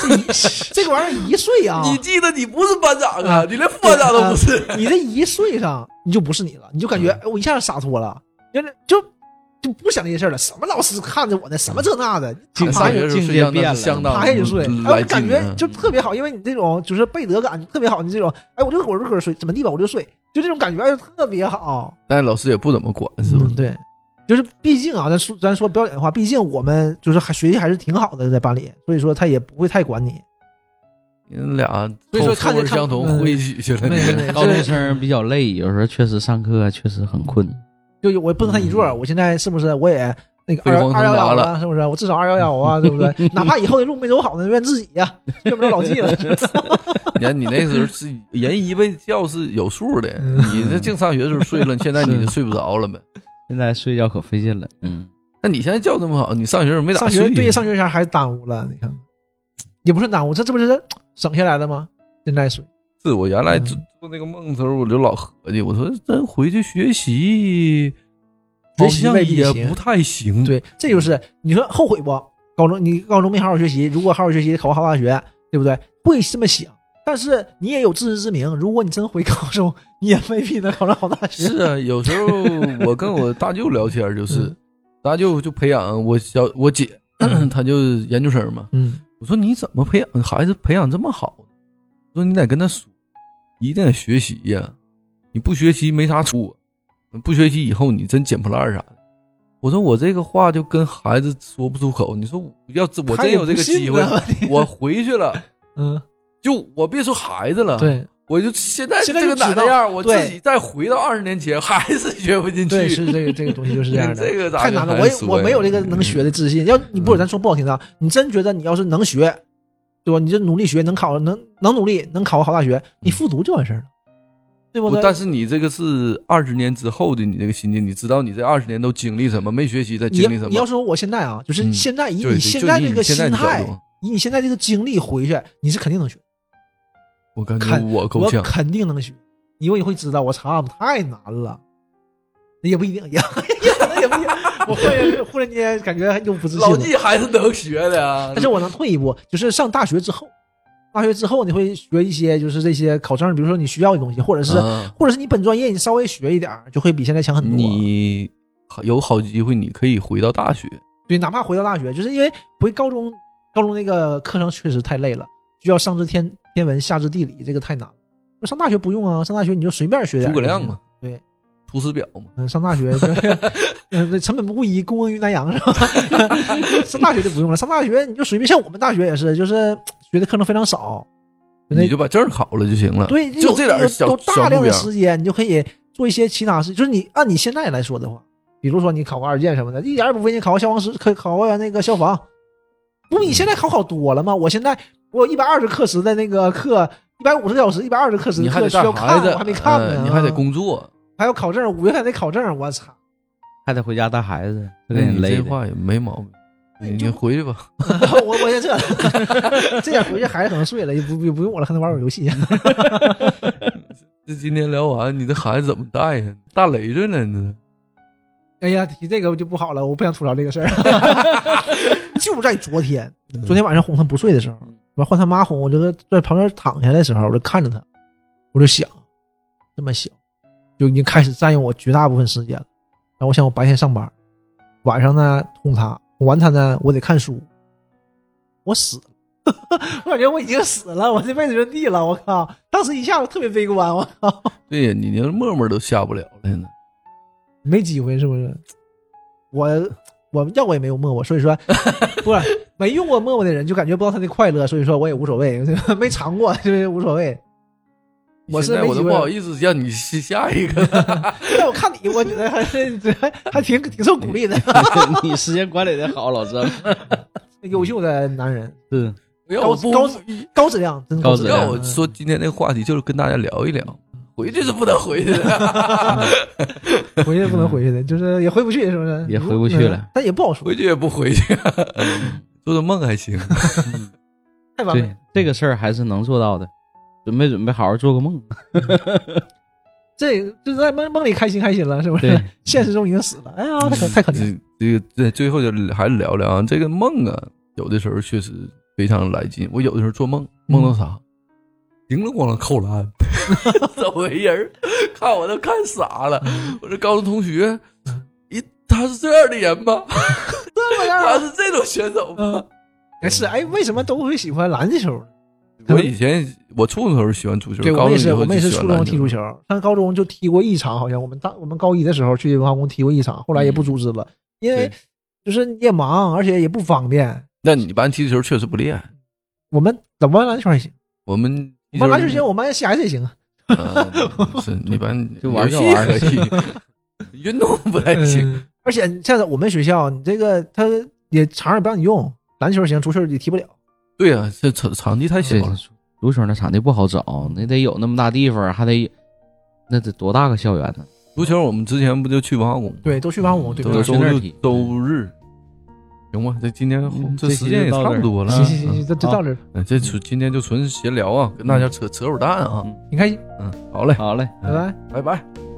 Speaker 2: 这一 这个玩意儿一睡啊，
Speaker 1: 你记得你不是班长啊
Speaker 2: 啊，
Speaker 1: 你连副班长都不是。啊
Speaker 2: 你这一睡上，你就不是你了，你就感觉
Speaker 1: 嗯
Speaker 2: 哎我一下子洒脱了，原来就就不想这些事儿了。什么老师看着我呢，什么这那的，
Speaker 3: 嗯
Speaker 2: 趴
Speaker 1: 上
Speaker 2: 下
Speaker 1: 学时候睡觉那是相当
Speaker 2: 趴下就睡，哎，
Speaker 1: 嗯来
Speaker 2: 我感
Speaker 1: 劲啊
Speaker 2: 觉
Speaker 1: 的。
Speaker 2: 就特别好，因为你这种就是背德感特别好，你这种哎，我就我就搁这睡，怎么地吧，我就睡，就这种感觉哎特别好。
Speaker 1: 但老师也不怎么管，是吧？
Speaker 2: 嗯，对，就是毕竟啊，咱说咱说不要脸的话，毕竟我们就是还学习还是挺好的，在班里，所以说他也不会太管你。
Speaker 1: 你们俩
Speaker 2: 所以说看
Speaker 1: 口
Speaker 2: 着
Speaker 1: 味
Speaker 2: 看
Speaker 1: 相同，
Speaker 2: 嗯
Speaker 1: 混一起去了。
Speaker 2: 对对对
Speaker 1: 你
Speaker 3: 高中生比较累，有时候确实上课啊确实很困。
Speaker 2: 就我也不能
Speaker 1: 嗯
Speaker 2: 他一座儿，我现在是不是我也那个
Speaker 1: 飞
Speaker 2: 二
Speaker 1: 黄腾
Speaker 2: 二幺
Speaker 1: 达
Speaker 2: 幺
Speaker 1: 了
Speaker 2: 啊，是不是？我至少二幺幺啊，对 不对？哪怕以后的路没走好呢，怨自己呀，怨不着老纪了。
Speaker 1: 看 你那时候是人一辈子觉是有数的，
Speaker 2: 嗯
Speaker 1: 你这净上学的时候睡 了，现在你就睡不着了呗？
Speaker 3: 现在睡觉可费劲了，嗯，
Speaker 1: 那你现在觉这么好，你上学时候 没咋
Speaker 2: 上
Speaker 1: 睡
Speaker 2: 学？对上学前还耽误了，你看，也不算耽误，这这不是省下来了吗？现在睡，
Speaker 1: 是我原来
Speaker 2: 嗯
Speaker 1: 做做那个梦的时候，我就老合计，我说咱回去学习，好
Speaker 2: 学习
Speaker 1: 像
Speaker 2: 未必
Speaker 1: 也
Speaker 2: 行
Speaker 1: 不太行。，
Speaker 2: 对，这就是你说后悔不？高中你高中没好好学习，如果好好学习考个好大学，对不对？会这么想，但是你也有自知之明。如果你真回高中， 你也未必能考上好大学。
Speaker 1: 是啊，有时候我跟我大舅聊天，就是
Speaker 2: 嗯
Speaker 1: 大舅就培养我小我 姐，她就研究生嘛，
Speaker 2: 嗯，
Speaker 1: 我说你怎么培养孩子培养这么好呢？我说你得跟他说，一定得学习呀、你不学习没啥出路，不学习以后你真捡破烂儿啥的。我说我这个话就跟孩子说不出口。你说我要是我
Speaker 2: 他
Speaker 1: 真
Speaker 2: 也
Speaker 1: 有这
Speaker 2: 不
Speaker 1: 个
Speaker 2: 信
Speaker 1: 机会
Speaker 2: 啊，
Speaker 1: 我回去了，
Speaker 2: 嗯，
Speaker 1: 就我别说孩子了，，
Speaker 2: 对
Speaker 1: 我就现在
Speaker 2: 现在
Speaker 1: 这个
Speaker 2: 就
Speaker 1: 哪
Speaker 2: 知
Speaker 1: 那
Speaker 2: 道
Speaker 1: 样，我自
Speaker 2: 对
Speaker 1: 己再回到二十年前还是学不进去。
Speaker 2: 对，是这个这个东西就是这样 的。
Speaker 1: 这个咋
Speaker 2: 太难了，
Speaker 1: 跟
Speaker 2: 我
Speaker 1: 孩
Speaker 2: 也
Speaker 1: 子说
Speaker 2: 我
Speaker 1: 呀嗯
Speaker 2: 没有这个能学的自信。要你不是咱说不好听的啊，你真觉得你要是能学，对吧？你就努力学，能考能能努力能考个好大学，你复读就完事儿了，对不
Speaker 1: 不嗯
Speaker 2: 对？
Speaker 1: 但是你这个是二十年之后的你这个心境，你知道你这二十年都经历什么，没学习在
Speaker 2: 你
Speaker 1: 经历什么。
Speaker 2: 你要说我现在啊，就是
Speaker 1: 嗯
Speaker 2: 现在以
Speaker 1: 对
Speaker 2: 你
Speaker 1: 对
Speaker 2: 现
Speaker 1: 就
Speaker 2: 在
Speaker 1: 以
Speaker 2: 这
Speaker 1: 你
Speaker 2: 个
Speaker 1: 现在
Speaker 2: 心
Speaker 1: 的角
Speaker 2: 态
Speaker 1: 度，
Speaker 2: 以你现在这个经历回去，你是肯定能学，
Speaker 1: 我感觉
Speaker 2: 看
Speaker 1: 我够
Speaker 2: 我
Speaker 1: 呛，
Speaker 2: 肯定能学，因为你会知道，我操，太难了。也不一定，也 也不一定。我忽然忽然间感觉又不自信
Speaker 1: 老
Speaker 2: 了。
Speaker 1: 纪还是能学的啊。
Speaker 2: 但是我能退一步，就是上大学之后，大学之后你会学一些就是这些考证，比如说你需要的东西，或者是、
Speaker 1: 啊
Speaker 2: 或者是你本专业你稍微学一点儿，就会比现在强很多。
Speaker 1: 你有好机会，你可以回到大学。
Speaker 2: 对，哪怕回到大学，就是因为回高中，高中那个课程确实太累了，需要上知天天文，下知地理，这个太难了。那上大学不用啊，上大学你就随便学点
Speaker 1: 诸
Speaker 2: 儿
Speaker 1: 葛
Speaker 2: 就行。
Speaker 1: 亮嘛，
Speaker 2: 对，
Speaker 1: 出师表嘛，
Speaker 2: 嗯，上大学 就，嗯，对成本不顾一，供恩于南阳是吧？ 上大学就不用了，上大学你就随便，像我们大学也是，就是学的课程非常少，那
Speaker 1: 你就把证考了就行了。
Speaker 2: 对，
Speaker 1: 啊就这点儿
Speaker 2: 有
Speaker 1: 小
Speaker 2: 有
Speaker 1: 小
Speaker 2: 大
Speaker 1: 目
Speaker 2: 量的
Speaker 1: 标
Speaker 2: 时间，你就可以做一些其他事。就是你按你现在来说的话，比如说你考个二建什么的，一点儿也不费劲，考个消防师，可考个那个消防，不比你现在考好多了吗？我现在我一百二十课时的那个课，一百五十小时，一百二十课时
Speaker 1: 你
Speaker 2: 的
Speaker 1: 还
Speaker 2: 课
Speaker 1: 得
Speaker 2: 需
Speaker 1: 带
Speaker 2: 要
Speaker 1: 孩
Speaker 2: 看，
Speaker 1: 子，
Speaker 2: 我还没看呢、啊
Speaker 1: 呃你还得，工作。
Speaker 2: 还要考证，五月份得考证，我操！
Speaker 3: 还得回家带孩子，这
Speaker 1: 那
Speaker 3: 给
Speaker 1: 哎你
Speaker 3: 累
Speaker 1: 这
Speaker 3: 的。
Speaker 1: 话也没毛病，你你
Speaker 2: 哎就
Speaker 1: 回去吧。
Speaker 2: 我我也这，这 点回去孩子可能睡了，也不不不用我了，还能玩会儿游戏。
Speaker 1: 这今天聊完，你这孩子怎么带呀？大累赘了，你
Speaker 2: 哎呀，提这个就不好了，我不想吐槽这个事儿。 就在昨天，昨天晚上哄他不睡的时候，完换他妈哄，我就在旁边躺下的时候，我就看着他，我就想，这么小就已经开始占用我绝大部分时间了。然后我想，我白天上班，晚上呢哄他，哄完他呢，我得看书。我死了， 我感觉我已经死了，我这辈子就地了。我靠！当时一下子特别悲观，我靠，
Speaker 1: 对呀，你连陌陌都下不了了，现在。
Speaker 2: 没机会是不是？我我要我也没有陌陌，所以说不是没用过陌陌的人就感觉不到他的快乐，所以说我也无所谓， 没尝过就是无所谓。我是
Speaker 1: 现在
Speaker 2: 没
Speaker 1: 我都
Speaker 2: 机
Speaker 1: 不
Speaker 2: 会
Speaker 1: 好意思让你下下一个 了。
Speaker 2: 但我看你，我觉得还是还 还挺挺受鼓励的，
Speaker 3: 你时间管理的 好，老张
Speaker 2: 优秀的男人，
Speaker 3: 是
Speaker 1: 要我
Speaker 2: 高
Speaker 1: 不
Speaker 2: 高高质量，真
Speaker 3: 高质
Speaker 2: 质
Speaker 3: 量
Speaker 1: 要我说今天这个话题就是跟大家聊一聊，回去是不能回去的，
Speaker 2: 回去不能回去的，就是也回不去，是不是？
Speaker 3: 也回不去了
Speaker 2: 嗯，但也不好说
Speaker 1: 回，去也不回 去，做做梦还行。
Speaker 2: 太完美了
Speaker 3: 对。这个事儿还是能做到的。准备准备，好好做 个梦。
Speaker 2: 这就是在梦梦里开心开心了，是不是
Speaker 3: 对？嗯
Speaker 2: 现实中已经死了，哎呀，太可太可怜了。
Speaker 1: 这这个对，最后就还是聊聊啊，这个梦啊，有的时候确实非常来劲。我有的时候做梦，梦到啥，
Speaker 2: 嗯
Speaker 1: 叮了咣啷扣 篮，怎么人儿？看我都看傻了。
Speaker 2: 嗯
Speaker 1: 我这高中同学，一他是这样的人吗？
Speaker 2: 这么样
Speaker 1: 他
Speaker 2: 啊，
Speaker 1: 是这种选手吗
Speaker 2: 嗯？，哎是哎，为什么都会喜欢篮球呢？
Speaker 1: 我以前我初中的时候喜欢足球，
Speaker 2: 对，
Speaker 1: 高中
Speaker 2: 我也
Speaker 1: 以
Speaker 2: 是，
Speaker 1: 后
Speaker 2: 我们也
Speaker 1: 就是喜欢
Speaker 2: 初中
Speaker 1: 篮
Speaker 2: 踢足。球，上高中就踢过一场，好像我们大我们高一的时候去文化宫踢过一场，后来也不组织了，因为
Speaker 1: 嗯对
Speaker 2: 就是你也忙，而且也不方便。
Speaker 1: 那你班踢足球确实不厉害，
Speaker 2: 我们怎么玩篮球还行，
Speaker 1: 我们
Speaker 2: 我们篮球行，我们 CS 也行啊。
Speaker 1: 嗯是你班
Speaker 3: 就玩
Speaker 1: 游
Speaker 3: 就
Speaker 1: 戏
Speaker 3: 玩
Speaker 1: 可以， 运动不太哎行。
Speaker 2: 嗯而且你像我们学校，你这个他也场也不让你用，篮球行，足球也踢不了。
Speaker 1: 对啊，这场场地太小
Speaker 3: 对
Speaker 1: 了，，
Speaker 3: 足球那场地不好找，那得有那么大地方，还得那得多大个校园呢？
Speaker 1: 足球我们之前不就去文化宫？，
Speaker 2: 对，都去完我对
Speaker 1: 周
Speaker 2: 面。
Speaker 1: 周
Speaker 3: 去那儿
Speaker 1: 六
Speaker 3: 踢
Speaker 1: 周日，行吧？这今天
Speaker 3: 嗯
Speaker 1: 这
Speaker 3: 这
Speaker 1: 时
Speaker 3: 期
Speaker 1: 间
Speaker 3: 就
Speaker 1: 也
Speaker 3: 到
Speaker 1: 差
Speaker 3: 这
Speaker 1: 不
Speaker 3: 儿
Speaker 1: 多了，
Speaker 2: 行行行行，这这
Speaker 3: 好
Speaker 2: 到这儿，
Speaker 1: 嗯，这纯今天就纯闲聊啊，跟大家扯扯会儿蛋啊，
Speaker 3: 嗯
Speaker 2: 你开心，
Speaker 1: 嗯，好嘞，
Speaker 3: 好嘞。
Speaker 2: 拜拜。
Speaker 1: 拜拜。
Speaker 3: 拜拜。